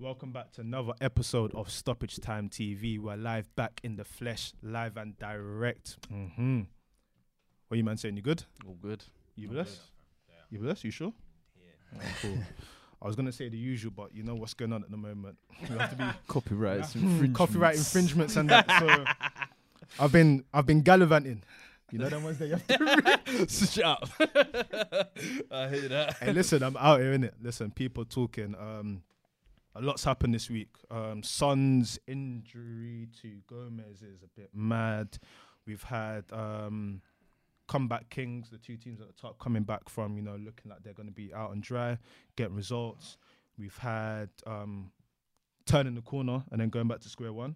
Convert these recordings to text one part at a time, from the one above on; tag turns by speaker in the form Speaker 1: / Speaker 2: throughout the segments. Speaker 1: Welcome back to another episode of Stoppage Time TV. We're live back in the flesh, live and direct. Mm-hmm. What you man saying? You good?
Speaker 2: All good.
Speaker 1: You blessed? You blessed? You sure? Yeah. Cool. I was gonna say the usual, but you know what's going on at the moment. We have to be
Speaker 2: Copyrights,
Speaker 1: copyright infringements and that. So I've been I've been gallivanting. You know them ones that you have to
Speaker 2: Shut up. I hate that.
Speaker 1: hey, listen, I'm out here, innit? Listen, people talking. Um, a lot's happened this week. Um, Son's injury to Gomez is a bit mad. We've had um, comeback kings, the two teams at the top coming back from, you know, looking like they're going to be out and dry, getting results. We've had um, turning the corner and then going back to square one.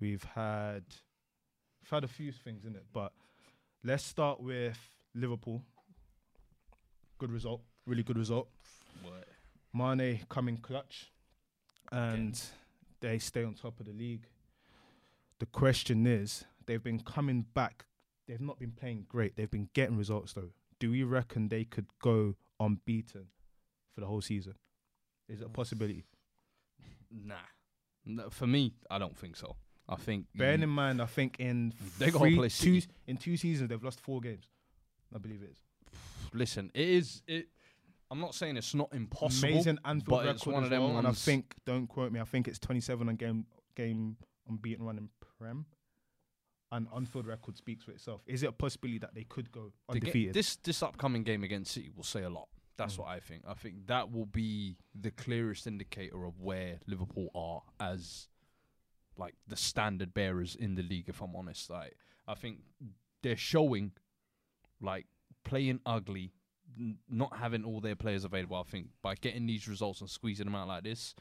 Speaker 1: We've had, we've had a few things in it, but let's start with Liverpool. Good result, really good result.
Speaker 2: What?
Speaker 1: Mane coming clutch, and they stay on top of the league. The question is, they've been coming back. They've not been playing great. They've been getting results though. Do we reckon they could go unbeaten for the whole season? Is it a possibility?
Speaker 2: Nah. No, for me, I don't think so. I think
Speaker 1: Bearing in mind, I think in
Speaker 2: Mm. They gotta
Speaker 1: three-
Speaker 2: play
Speaker 1: two
Speaker 2: City.
Speaker 1: in two seasons they've lost four games. I believe it is
Speaker 2: listen, it is it. I'm not saying it's not impossible.
Speaker 1: amazing Anfield
Speaker 2: but
Speaker 1: record
Speaker 2: it's one
Speaker 1: as
Speaker 2: of them
Speaker 1: well, and I
Speaker 2: ones-
Speaker 1: think don't quote me. I think it's 27 on game game unbeaten run in Prem. And Anfield record speaks for itself. Is it a possibility that they could go
Speaker 2: The ga-
Speaker 1: undefeated?
Speaker 2: this this upcoming game against City will say a lot. That's what I think. I think that will be the clearest indicator of where Liverpool are as like the standard bearers in the league. If I'm honest, like I think they're showing like playing ugly, n- not having all their players available. I think by getting these results and squeezing them out like this,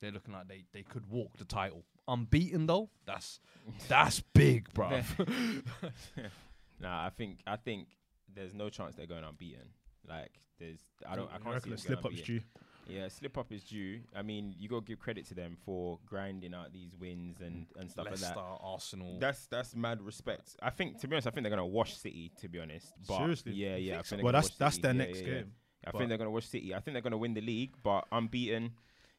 Speaker 2: they're looking like they, they could walk the title. Unbeaten though, that's that's big, bro.
Speaker 3: Nah, I think I think there's no chance they're going unbeaten. Like there's, I don't, I
Speaker 1: reckon
Speaker 3: can't
Speaker 1: the
Speaker 3: see them going
Speaker 1: slip up's
Speaker 3: unbeaten.
Speaker 1: due.
Speaker 3: Yeah, slip up is due. I mean, you gotta give credit to them for grinding out these wins and and stuff
Speaker 2: Leicester,
Speaker 3: like that.
Speaker 2: Arsenal.
Speaker 3: That's that's mad respect. I think to be honest, I think they're gonna wash City. To be honest, but
Speaker 1: Seriously?
Speaker 3: yeah, yeah. I think they're
Speaker 1: Well,
Speaker 3: gonna
Speaker 1: that's
Speaker 3: wash
Speaker 1: that's
Speaker 3: City.
Speaker 1: their
Speaker 3: Yeah,
Speaker 1: next
Speaker 3: yeah, yeah.
Speaker 1: game.
Speaker 3: I
Speaker 1: but-
Speaker 3: think they're gonna wash City. I think they're gonna win the league, but unbeaten.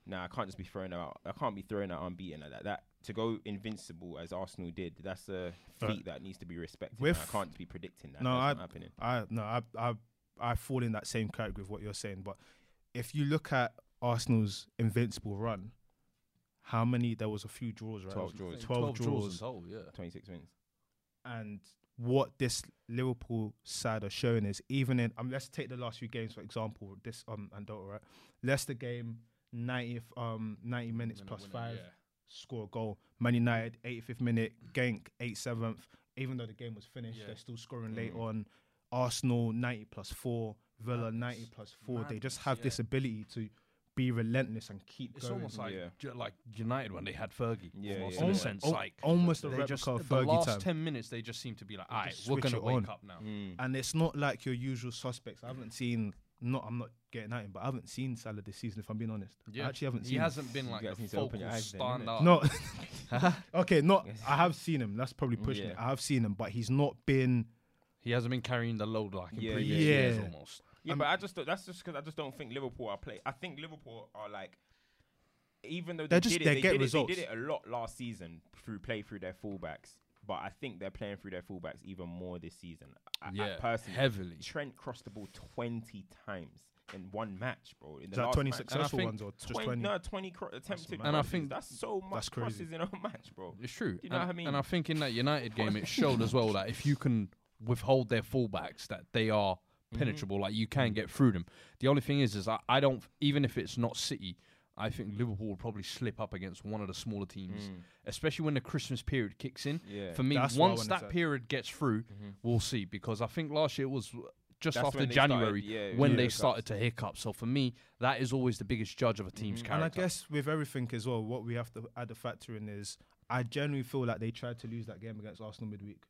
Speaker 3: Nah, I can't just be thrown out. I can't be thrown out unbeaten like that. That to go invincible as Arsenal did, that's a feat
Speaker 1: Right.
Speaker 3: that needs to be respected.
Speaker 1: With-
Speaker 3: and I can't just be predicting that.
Speaker 1: No, I-
Speaker 3: that's not happening.
Speaker 1: I no, I I I fall in that same category of what you're saying. But if you look at Arsenal's invincible run, how many? There was a few draws, right?
Speaker 3: 12 draws.
Speaker 1: 12 draws.
Speaker 2: Oh yeah.
Speaker 3: Twenty six wins.
Speaker 1: and what this Liverpool side are showing is even in um, let's take the last few games for example this um Andorra right Leicester game 90th um 90 minutes plus five score a goal Man United 85th minute Genk 87th even though the game was finished
Speaker 2: Mm. Yeah. Mm.
Speaker 1: they're still scoring late on Arsenal 90 plus four Villa
Speaker 2: Madness.
Speaker 1: 90 plus four they just
Speaker 2: Madness,
Speaker 1: have this
Speaker 2: yeah.
Speaker 1: ability to be relentless and keep
Speaker 2: It's
Speaker 1: going
Speaker 2: almost like
Speaker 3: yeah.
Speaker 2: ju- like United when they had Fergie.
Speaker 3: Yeah,
Speaker 2: almost
Speaker 3: yeah,
Speaker 2: in
Speaker 3: yeah.
Speaker 2: a sense,
Speaker 1: Al-
Speaker 2: like
Speaker 1: almost a
Speaker 2: they
Speaker 1: replica
Speaker 2: just
Speaker 1: of
Speaker 2: the
Speaker 1: Fergie
Speaker 2: last
Speaker 1: time.
Speaker 2: ten minutes they just seem to be like,
Speaker 1: They
Speaker 2: all right,
Speaker 1: just
Speaker 2: we're
Speaker 1: switch
Speaker 2: gonna
Speaker 1: it
Speaker 2: wake
Speaker 1: on.
Speaker 2: up now.
Speaker 3: Hmm.
Speaker 1: and it's not like your usual suspects. I haven't seen. Not, I'm not getting at him, but I haven't seen Salah this season. If I'm being honest, I actually haven't seen.
Speaker 2: He hasn't been like
Speaker 3: guys
Speaker 2: the
Speaker 3: need to open
Speaker 2: focal
Speaker 3: your eyes then,
Speaker 2: standout.
Speaker 1: him. No. okay, not. I have seen him. That's probably pushing it.
Speaker 3: Yeah.
Speaker 1: I have seen him, but he's not been.
Speaker 2: he hasn't been carrying the load like in
Speaker 3: Yeah,
Speaker 2: previous
Speaker 1: yeah.
Speaker 2: years
Speaker 1: Yeah.
Speaker 2: almost.
Speaker 3: Yeah,
Speaker 1: Um,
Speaker 3: but I just don't- that's just because I just don't think Liverpool are play. I think Liverpool are like, even though they
Speaker 1: They're just-
Speaker 3: did it,
Speaker 1: they
Speaker 3: they,
Speaker 1: get
Speaker 3: did
Speaker 1: results.
Speaker 3: It, they did it a lot last season through play through their fullbacks. But I think they're playing through their fullbacks even more this season. I,
Speaker 2: Yeah,
Speaker 3: I personally,
Speaker 2: heavily.
Speaker 3: Trent crossed the ball twenty times in one match, bro. In the
Speaker 1: Is that
Speaker 3: last
Speaker 1: 20
Speaker 3: match.
Speaker 1: successful
Speaker 2: think
Speaker 1: ones or just 20?
Speaker 3: 20 no, twenty cro- attempted.
Speaker 2: mad. And I
Speaker 3: crosses.
Speaker 2: think-
Speaker 3: that's so much
Speaker 1: that's crazy. Mm.
Speaker 3: crosses in a match, bro.
Speaker 2: It's true.
Speaker 3: You know
Speaker 2: and,
Speaker 3: what I mean?
Speaker 2: And I think in that United game, it showed as well that if you can withhold their fullbacks, that they are
Speaker 3: Mm-hmm.
Speaker 2: penetrable. Like you can get through them. The only thing is, is I, I don't. Even if it's not City, I think Liverpool will probably slip up against one of the smaller teams, especially when the Christmas period kicks in.
Speaker 3: Mm. Yeah. Mm-hmm.
Speaker 2: For me,
Speaker 1: That's what I
Speaker 2: once
Speaker 1: wanted
Speaker 2: that
Speaker 1: to-
Speaker 2: period gets through, we'll see. Because I think last year it was. Just
Speaker 3: That's
Speaker 2: after
Speaker 3: when they started-
Speaker 2: January,
Speaker 3: yeah,
Speaker 2: when
Speaker 3: yeah.
Speaker 2: they
Speaker 3: hiccups.
Speaker 2: started to hiccup. So for me, that is always the biggest judge of a team's
Speaker 1: And
Speaker 3: Mm-hmm.
Speaker 2: character.
Speaker 1: I guess with everything as well, what we have to add a factor in is I generally feel like they tried to lose that game against Arsenal midweek.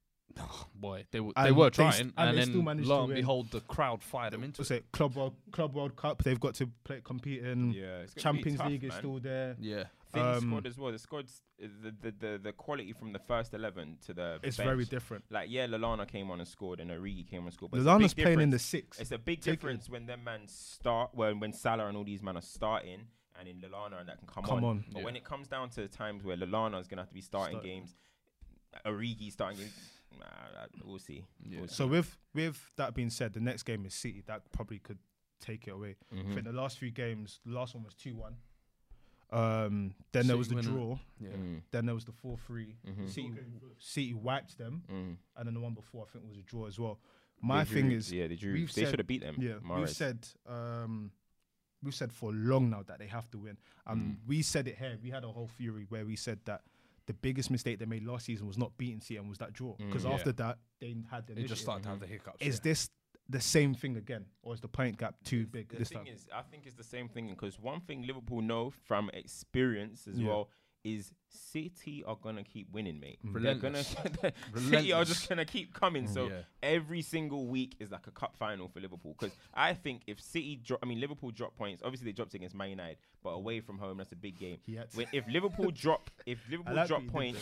Speaker 2: boy, they were
Speaker 1: And
Speaker 2: they were
Speaker 1: they s-
Speaker 2: trying,
Speaker 1: and
Speaker 2: and,
Speaker 1: they still
Speaker 2: then
Speaker 1: managed to
Speaker 2: lo and
Speaker 1: win.
Speaker 2: behold, the crowd fired them into
Speaker 1: What's
Speaker 2: it.
Speaker 1: it? Club World Club World Cup. They've got to play compete in.
Speaker 3: Yeah, it's gonna be
Speaker 1: Champions
Speaker 3: tough,
Speaker 1: League is
Speaker 3: man.
Speaker 1: still there.
Speaker 2: Yeah,
Speaker 3: Thin
Speaker 1: Um,
Speaker 3: squad as well. The squad's the, the the the quality from the first eleven to the
Speaker 1: It's
Speaker 3: bench.
Speaker 1: very different.
Speaker 3: Like yeah, Lalana came on and scored, and Origi came on and scored. But it's a big
Speaker 1: Lallana's playing in the
Speaker 3: difference-
Speaker 1: six.
Speaker 3: It's a big
Speaker 1: Take it.
Speaker 3: difference when them man start when when Salah and all these men are starting, and and in Lallana and that can come,
Speaker 1: Come
Speaker 3: on.
Speaker 1: on.
Speaker 3: But
Speaker 2: Yeah.
Speaker 3: when it comes down to times where Lallana is going to have to be starting
Speaker 1: Start-
Speaker 3: games, Origi starting games, nah, uh, we'll see.
Speaker 2: Yeah.
Speaker 1: So with with that being said, the next game is City. That probably could take it away.
Speaker 3: Mm-hmm.
Speaker 1: I
Speaker 2: Hmm.
Speaker 1: think the last few games, the last one was two one. Um, then
Speaker 2: City Hmm.
Speaker 1: there was the
Speaker 2: win it.
Speaker 1: draw.
Speaker 2: Yeah.
Speaker 1: Then there was the four three.
Speaker 3: Mhm.
Speaker 1: City, City wiped them,
Speaker 3: Mm.
Speaker 1: and then the one before I think was a draw as well. My
Speaker 3: They
Speaker 1: thing
Speaker 3: drew-
Speaker 1: is,
Speaker 3: yeah, they drew.
Speaker 1: we've
Speaker 3: They
Speaker 1: said-
Speaker 3: should have beat them.
Speaker 1: Yeah, we've
Speaker 3: Mahrez.
Speaker 1: said um, we've said for long now that they have to win, and
Speaker 2: Hmm.
Speaker 1: we said it here. We had a whole theory where we said that the biggest mistake they made last season was not beating CM was that draw because
Speaker 2: Mm. Yeah.
Speaker 1: after that they had the
Speaker 2: They
Speaker 1: initiative.
Speaker 2: just started to have the hiccups.
Speaker 1: Is this the same thing again, or is the point gap too big
Speaker 3: The
Speaker 1: this
Speaker 3: thing
Speaker 1: time?
Speaker 3: is, I think it's the same thing because one thing Liverpool know from experience as
Speaker 1: Yeah.
Speaker 3: well is City are gonna keep winning, mate.
Speaker 2: Relentless.
Speaker 3: They're gonna City are
Speaker 2: Relentless.
Speaker 3: just gonna keep coming. So
Speaker 2: Yeah.
Speaker 3: every single week is like a cup final for Liverpool because I think if City drop, I mean Liverpool drop points. Obviously they dropped against Man United, but away from home that's a big game.
Speaker 1: He had to-
Speaker 3: When, if Liverpool drop, if Liverpool
Speaker 1: like what
Speaker 3: drop
Speaker 1: you did
Speaker 3: points.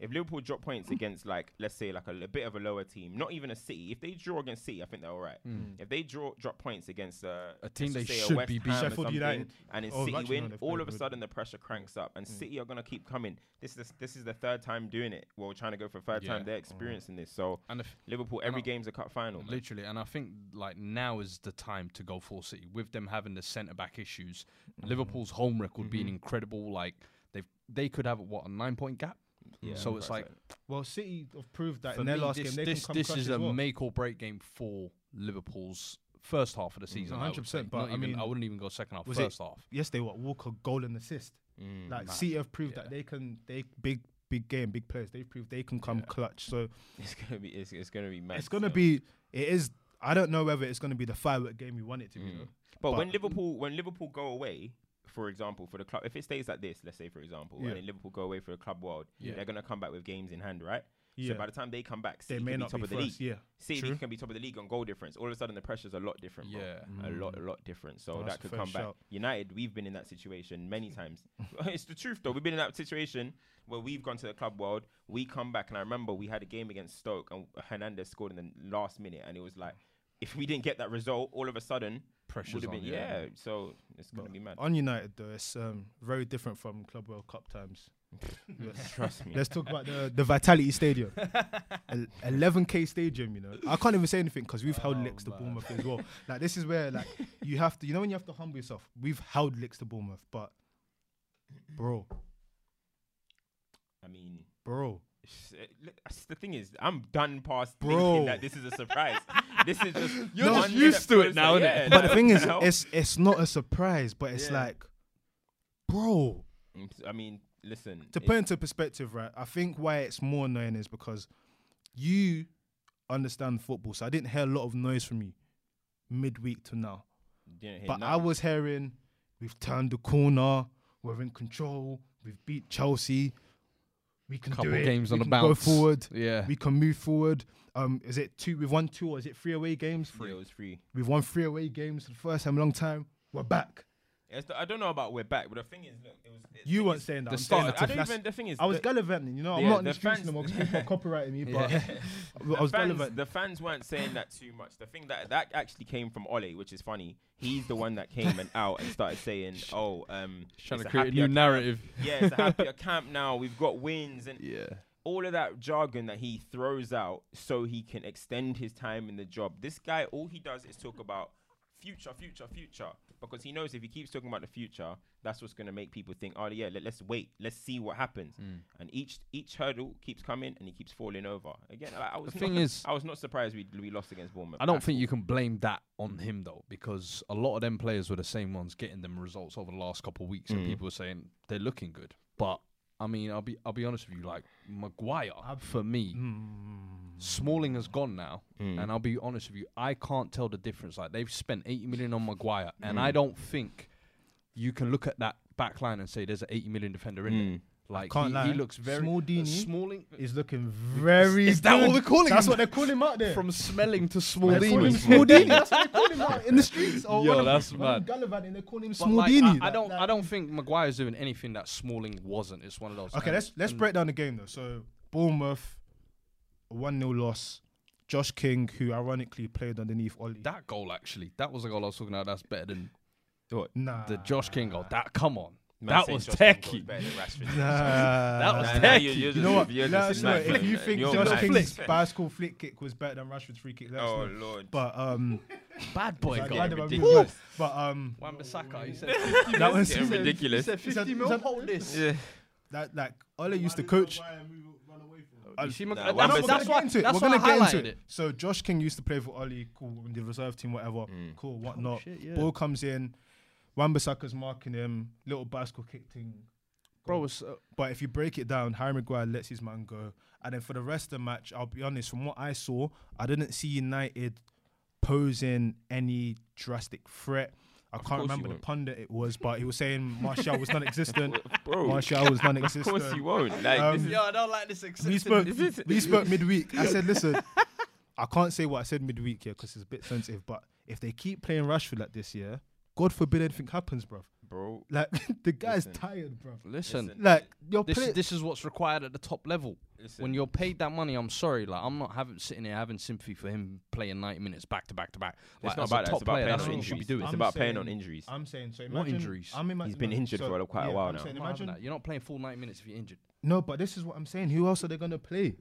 Speaker 3: If Liverpool drop points against like let's say like a, a bit of a lower team, not even a City, if they draw against City, I think they're all right.
Speaker 1: Hmm.
Speaker 3: If they draw drop points against uh,
Speaker 2: A team
Speaker 3: let's
Speaker 2: they
Speaker 3: say a
Speaker 2: should
Speaker 3: West
Speaker 2: be
Speaker 3: Ham or
Speaker 2: beating.
Speaker 1: Sheffield
Speaker 3: something,
Speaker 1: United.
Speaker 3: and it's
Speaker 1: Oh,
Speaker 3: City
Speaker 1: actually, no, Hmm.
Speaker 3: win,
Speaker 1: they've
Speaker 3: all
Speaker 1: played
Speaker 3: of a
Speaker 1: with-
Speaker 3: sudden the pressure cranks up, and City are gonna keep coming. This is this is the third time doing it. Well, trying to go for a third
Speaker 2: Yeah.
Speaker 3: time. They're
Speaker 1: Oh.
Speaker 3: experiencing this, so
Speaker 2: And if
Speaker 3: Liverpool every game's a cup final. man.
Speaker 2: Literally, and I think like now is the time to go for City with them having the centre back issues.
Speaker 1: Mm.
Speaker 2: Liverpool's home record
Speaker 1: Mm-hmm.
Speaker 2: being incredible, like they've they could have what a nine point gap.
Speaker 3: Yeah,
Speaker 2: so it's
Speaker 3: quite
Speaker 2: like
Speaker 1: Well, City have proved that
Speaker 2: for
Speaker 1: in their
Speaker 2: me,
Speaker 1: last
Speaker 2: this
Speaker 1: game they
Speaker 2: this,
Speaker 1: can come
Speaker 2: this
Speaker 1: clutch
Speaker 2: is
Speaker 1: as
Speaker 2: a
Speaker 1: well.
Speaker 2: make or break game for Liverpool's first half of the season. I would
Speaker 1: 100%,
Speaker 2: say.
Speaker 1: Mm, but
Speaker 2: Not
Speaker 1: I
Speaker 2: even-
Speaker 1: mean,
Speaker 2: I wouldn't even go second half.
Speaker 1: was it-
Speaker 2: First half.
Speaker 1: Yes, they were Walker goal and assist.
Speaker 3: Mm,
Speaker 1: like City have proved that they can. They big big game, big players. They've proved they can come clutch. So
Speaker 3: it's gonna be it's, it's gonna be mad.
Speaker 1: it's gonna
Speaker 3: so.
Speaker 1: be. It is. I don't know whether it's gonna be the firework game we want it to be.
Speaker 3: Mm.
Speaker 1: though.
Speaker 3: But,
Speaker 1: But- mm.
Speaker 3: when Liverpool when Liverpool go away, for example, for the club, if it stays like this, let's say for example,
Speaker 1: Yeah.
Speaker 3: and then Liverpool go away for the club world, they're gonna come back with games in hand, right?
Speaker 1: Yeah.
Speaker 3: So by the time they come back,
Speaker 1: They
Speaker 3: City
Speaker 1: may
Speaker 3: can be
Speaker 1: not
Speaker 3: top
Speaker 1: be
Speaker 3: of the
Speaker 1: first,
Speaker 3: league.
Speaker 1: yeah.
Speaker 3: City
Speaker 1: True.
Speaker 3: can be top of the league on goal difference. All of a sudden, the pressure's a lot different. bro.
Speaker 2: Yeah.
Speaker 3: a lot, a lot different. So
Speaker 1: No, Mm-hmm. that's
Speaker 3: that
Speaker 1: a
Speaker 3: could
Speaker 1: fair
Speaker 3: come back.
Speaker 1: shout.
Speaker 3: United, we've been in that situation many times. it's the truth, though. We've been in that situation where we've gone to the club world. We come back, and I remember we had a game against Stoke, and Hernandez scored in the last minute, and it was like, if we didn't get that result, all of a sudden,
Speaker 2: Pressure's
Speaker 3: would have been
Speaker 2: on, yeah.
Speaker 3: yeah. So it's gonna be mad.
Speaker 1: On United though, it's um, very different from Club World Cup times. Let's-
Speaker 3: Trust me.
Speaker 1: Let's talk about the, the Vitality Stadium, eleven k stadium. You know, I can't even say anything because we've
Speaker 3: Oh
Speaker 1: held licks to Bournemouth as well. Like this is where like you have to, you know, when you have to humble yourself. We've held licks to Bournemouth, but bro,
Speaker 3: I mean,
Speaker 1: bro,
Speaker 3: s- eh, look, that's the thing is, I'm done past
Speaker 1: Bro.
Speaker 3: thinking that this is a surprise. this is just
Speaker 2: You're
Speaker 1: just
Speaker 3: one
Speaker 2: used
Speaker 3: minute
Speaker 2: to it now,
Speaker 3: closer,
Speaker 2: innit?
Speaker 3: yeah,
Speaker 1: but the
Speaker 3: like,
Speaker 1: thing is,
Speaker 3: you know?
Speaker 1: it's it's not a surprise, but it's
Speaker 3: Yeah.
Speaker 1: like, bro.
Speaker 3: Mm, I mean, listen.
Speaker 1: To
Speaker 3: it-
Speaker 1: put into perspective, right? I think why it's more annoying is because you understand football, so I didn't hear a lot of noise from you midweek to now.
Speaker 3: didn't hear
Speaker 1: But I
Speaker 3: nothing.
Speaker 1: was hearing, we've turned the corner, we're in control, we've beat Chelsea, we can
Speaker 2: Couple
Speaker 1: do it,
Speaker 2: games
Speaker 1: we
Speaker 2: on the
Speaker 1: can go
Speaker 2: bounce.
Speaker 1: forward,
Speaker 2: Yeah.
Speaker 1: we can move forward. Um, is it two? We've won two, or is it three away games?
Speaker 3: Yeah, it was free.
Speaker 1: We've won three away games for the first time in a long time. We're back.
Speaker 3: It's the- I don't know about we're back, but the thing is, look, it was. the
Speaker 1: You
Speaker 3: thing
Speaker 1: weren't
Speaker 3: is-
Speaker 1: saying that.
Speaker 2: the
Speaker 1: I'm
Speaker 2: start-
Speaker 1: saying
Speaker 3: I
Speaker 1: that-
Speaker 3: don't
Speaker 1: that's-
Speaker 3: even. The thing is,
Speaker 1: I was
Speaker 3: the,
Speaker 1: gallivanting, you know. I'm
Speaker 3: Yeah,
Speaker 1: not in
Speaker 3: the
Speaker 1: the streets
Speaker 3: fans-
Speaker 1: anymore because people are copyrighting me, but I
Speaker 3: the
Speaker 1: was
Speaker 3: fans,
Speaker 1: gallivanting.
Speaker 3: the fans weren't saying that too much. The thing that that actually came from Ole, which is funny. He's the one that came and out and started saying, "Oh, um,
Speaker 2: Trying
Speaker 3: it's
Speaker 2: to create a
Speaker 3: happier
Speaker 2: new
Speaker 3: camp.
Speaker 2: narrative.
Speaker 3: Yeah, it's a happier camp now. We've got wins and
Speaker 2: Yeah.
Speaker 3: all of that jargon that he throws out so he can extend his time in the job. This guy, all he does is talk about future, future, future, because he knows if he keeps talking about the future, that's what's going to make people think, oh yeah, let, us wait, let's see what happens. And each each hurdle keeps coming, and he keeps falling over again. I, I was
Speaker 2: thing
Speaker 3: not,
Speaker 2: is-
Speaker 3: I was not surprised we we lost against Bournemouth.
Speaker 2: I don't
Speaker 3: at
Speaker 2: think
Speaker 3: all.
Speaker 2: you can blame that on him though, because a lot of them players were the same ones getting them results over the last couple of
Speaker 3: Mm.
Speaker 2: weeks, and people were saying they're looking good. But I mean, I'll be I'll be honest with you, like Maguire for me,
Speaker 3: Hmm.
Speaker 2: Smalling has gone now, and I'll be honest with you, I can't tell the difference. Like they've spent 80 million on Maguire, and
Speaker 3: Hmm.
Speaker 2: I don't think you can look at that back line and say there's an 80 million defender in there.
Speaker 3: Hmm.
Speaker 2: Like
Speaker 1: Can't
Speaker 2: he,
Speaker 1: lie.
Speaker 2: he looks very uh,
Speaker 1: Smalldini
Speaker 2: Smalling
Speaker 1: He's looking very.
Speaker 2: is that what
Speaker 1: good.
Speaker 2: they're calling
Speaker 1: That's
Speaker 2: him?
Speaker 1: what they're calling him out there.
Speaker 2: from smelling to
Speaker 1: they're calling him
Speaker 2: Smaldini.
Speaker 1: Smaldini. That's what they're calling him out in the streets. Oh,
Speaker 2: Yo,
Speaker 1: when I'm-
Speaker 2: that's
Speaker 1: when I'm
Speaker 2: mad.
Speaker 1: Gallivanting, they're calling him
Speaker 2: But, like,
Speaker 1: Smaldini.
Speaker 2: I, I
Speaker 1: Like,
Speaker 2: don't.
Speaker 1: like-
Speaker 2: I don't think Maguire's doing anything that Smalling wasn't. It's one of those.
Speaker 1: Okay,
Speaker 2: and-
Speaker 1: let's let's
Speaker 2: and
Speaker 1: break down the game though. So Bournemouth, one 0 loss. Josh King, who ironically played underneath Ollie.
Speaker 2: that goal. Actually, that was a goal I was talking about. That's better than What,
Speaker 1: Nah.
Speaker 2: The Josh King goal. That come on.
Speaker 3: Man
Speaker 2: That
Speaker 3: said
Speaker 2: was
Speaker 3: Josh King goes
Speaker 2: techie.
Speaker 3: better than Rashford.
Speaker 2: That
Speaker 1: Nah.
Speaker 2: was
Speaker 3: Nah, nah,
Speaker 2: techie.
Speaker 3: you- you're
Speaker 1: You know what?
Speaker 3: You're
Speaker 1: Let us
Speaker 3: just
Speaker 1: know
Speaker 3: mad,
Speaker 1: if
Speaker 3: man.
Speaker 1: you think
Speaker 3: You're
Speaker 1: Josh
Speaker 3: mad.
Speaker 1: King's
Speaker 3: Flick.
Speaker 1: bicycle flick kick was better than Rashford's free kick. Let us
Speaker 3: Oh
Speaker 1: know.
Speaker 3: lord.
Speaker 1: But um,
Speaker 2: Bad boy
Speaker 1: like,
Speaker 2: goal.
Speaker 1: I
Speaker 3: getting
Speaker 1: don't know, we-
Speaker 3: ridiculous.
Speaker 1: but um,
Speaker 2: Wan-Bissaka, he said
Speaker 1: that was
Speaker 3: getting ridiculous.
Speaker 2: He said
Speaker 1: Is that-
Speaker 2: 50
Speaker 1: is
Speaker 2: mil.
Speaker 1: that-
Speaker 2: Hold this.
Speaker 3: yeah.
Speaker 1: that like Ole used to coach.
Speaker 2: You see, my-
Speaker 3: Nah,
Speaker 2: that's-
Speaker 1: Well, no,
Speaker 3: Wan-Bissaka-
Speaker 1: we're
Speaker 2: that's
Speaker 1: gonna
Speaker 2: why.
Speaker 1: get into it.
Speaker 2: That's
Speaker 1: We're
Speaker 2: why I
Speaker 1: gonna get
Speaker 2: highlighted
Speaker 1: into
Speaker 2: it.
Speaker 1: it. So Josh King used to play for Oli, cool, in the reserve team, whatever, cool, whatnot.
Speaker 2: shit, yeah.
Speaker 1: Ball comes in, Wan-Bissaka's marking him, little bicycle kick thing.
Speaker 2: Bro, it's, uh,
Speaker 1: But if you break it down, Harry Maguire lets his man go, and then for the rest of the match, I'll be honest. From what I saw, I didn't see United posing any drastic threat. I
Speaker 3: course
Speaker 1: can't
Speaker 3: you
Speaker 1: remember the
Speaker 3: won't.
Speaker 1: pundit it was, but he was saying Martial was non-existent.
Speaker 3: Bro, of
Speaker 1: Martial was non-existent.
Speaker 3: course you won't. Like
Speaker 1: Um,
Speaker 3: this is
Speaker 2: yo, I don't like this.
Speaker 1: we
Speaker 2: acceptance.
Speaker 1: spoke.
Speaker 3: is-
Speaker 1: We spoke midweek. I said, listen, I can't say what I said midweek here because it's a bit sensitive. But if they keep playing Rashford like this year, God forbid anything happens, bruv.
Speaker 3: bro.
Speaker 1: Like the guy's
Speaker 3: Listen.
Speaker 1: tired, bruv.
Speaker 2: Listen,
Speaker 3: Listen.
Speaker 1: Like you're
Speaker 2: this
Speaker 1: playing.
Speaker 2: this is what's required at the top level.
Speaker 3: Listen.
Speaker 2: When you're paid that money, I'm sorry, like I'm not having sitting here having sympathy for him playing 90 minutes back to back to back. Like,
Speaker 3: It's not
Speaker 2: as a
Speaker 3: about that.
Speaker 2: top
Speaker 3: It's about
Speaker 2: player,
Speaker 3: paying
Speaker 2: that's
Speaker 3: on
Speaker 2: what you should be
Speaker 3: injuries.
Speaker 2: doing.
Speaker 3: It's
Speaker 1: I'm
Speaker 3: about paying
Speaker 1: saying-
Speaker 3: on injuries.
Speaker 1: I'm saying so. Imagine,
Speaker 2: What injuries?
Speaker 1: I'm ima-
Speaker 3: He's been
Speaker 1: no,
Speaker 3: injured
Speaker 1: so,
Speaker 3: for quite a
Speaker 1: yeah,
Speaker 3: while
Speaker 1: I'm
Speaker 3: now.
Speaker 1: saying
Speaker 2: I'm not having
Speaker 1: imagine-
Speaker 2: that. You're not playing full 90 minutes if you're injured.
Speaker 1: no, but this is what I'm saying. Who else are they gonna play?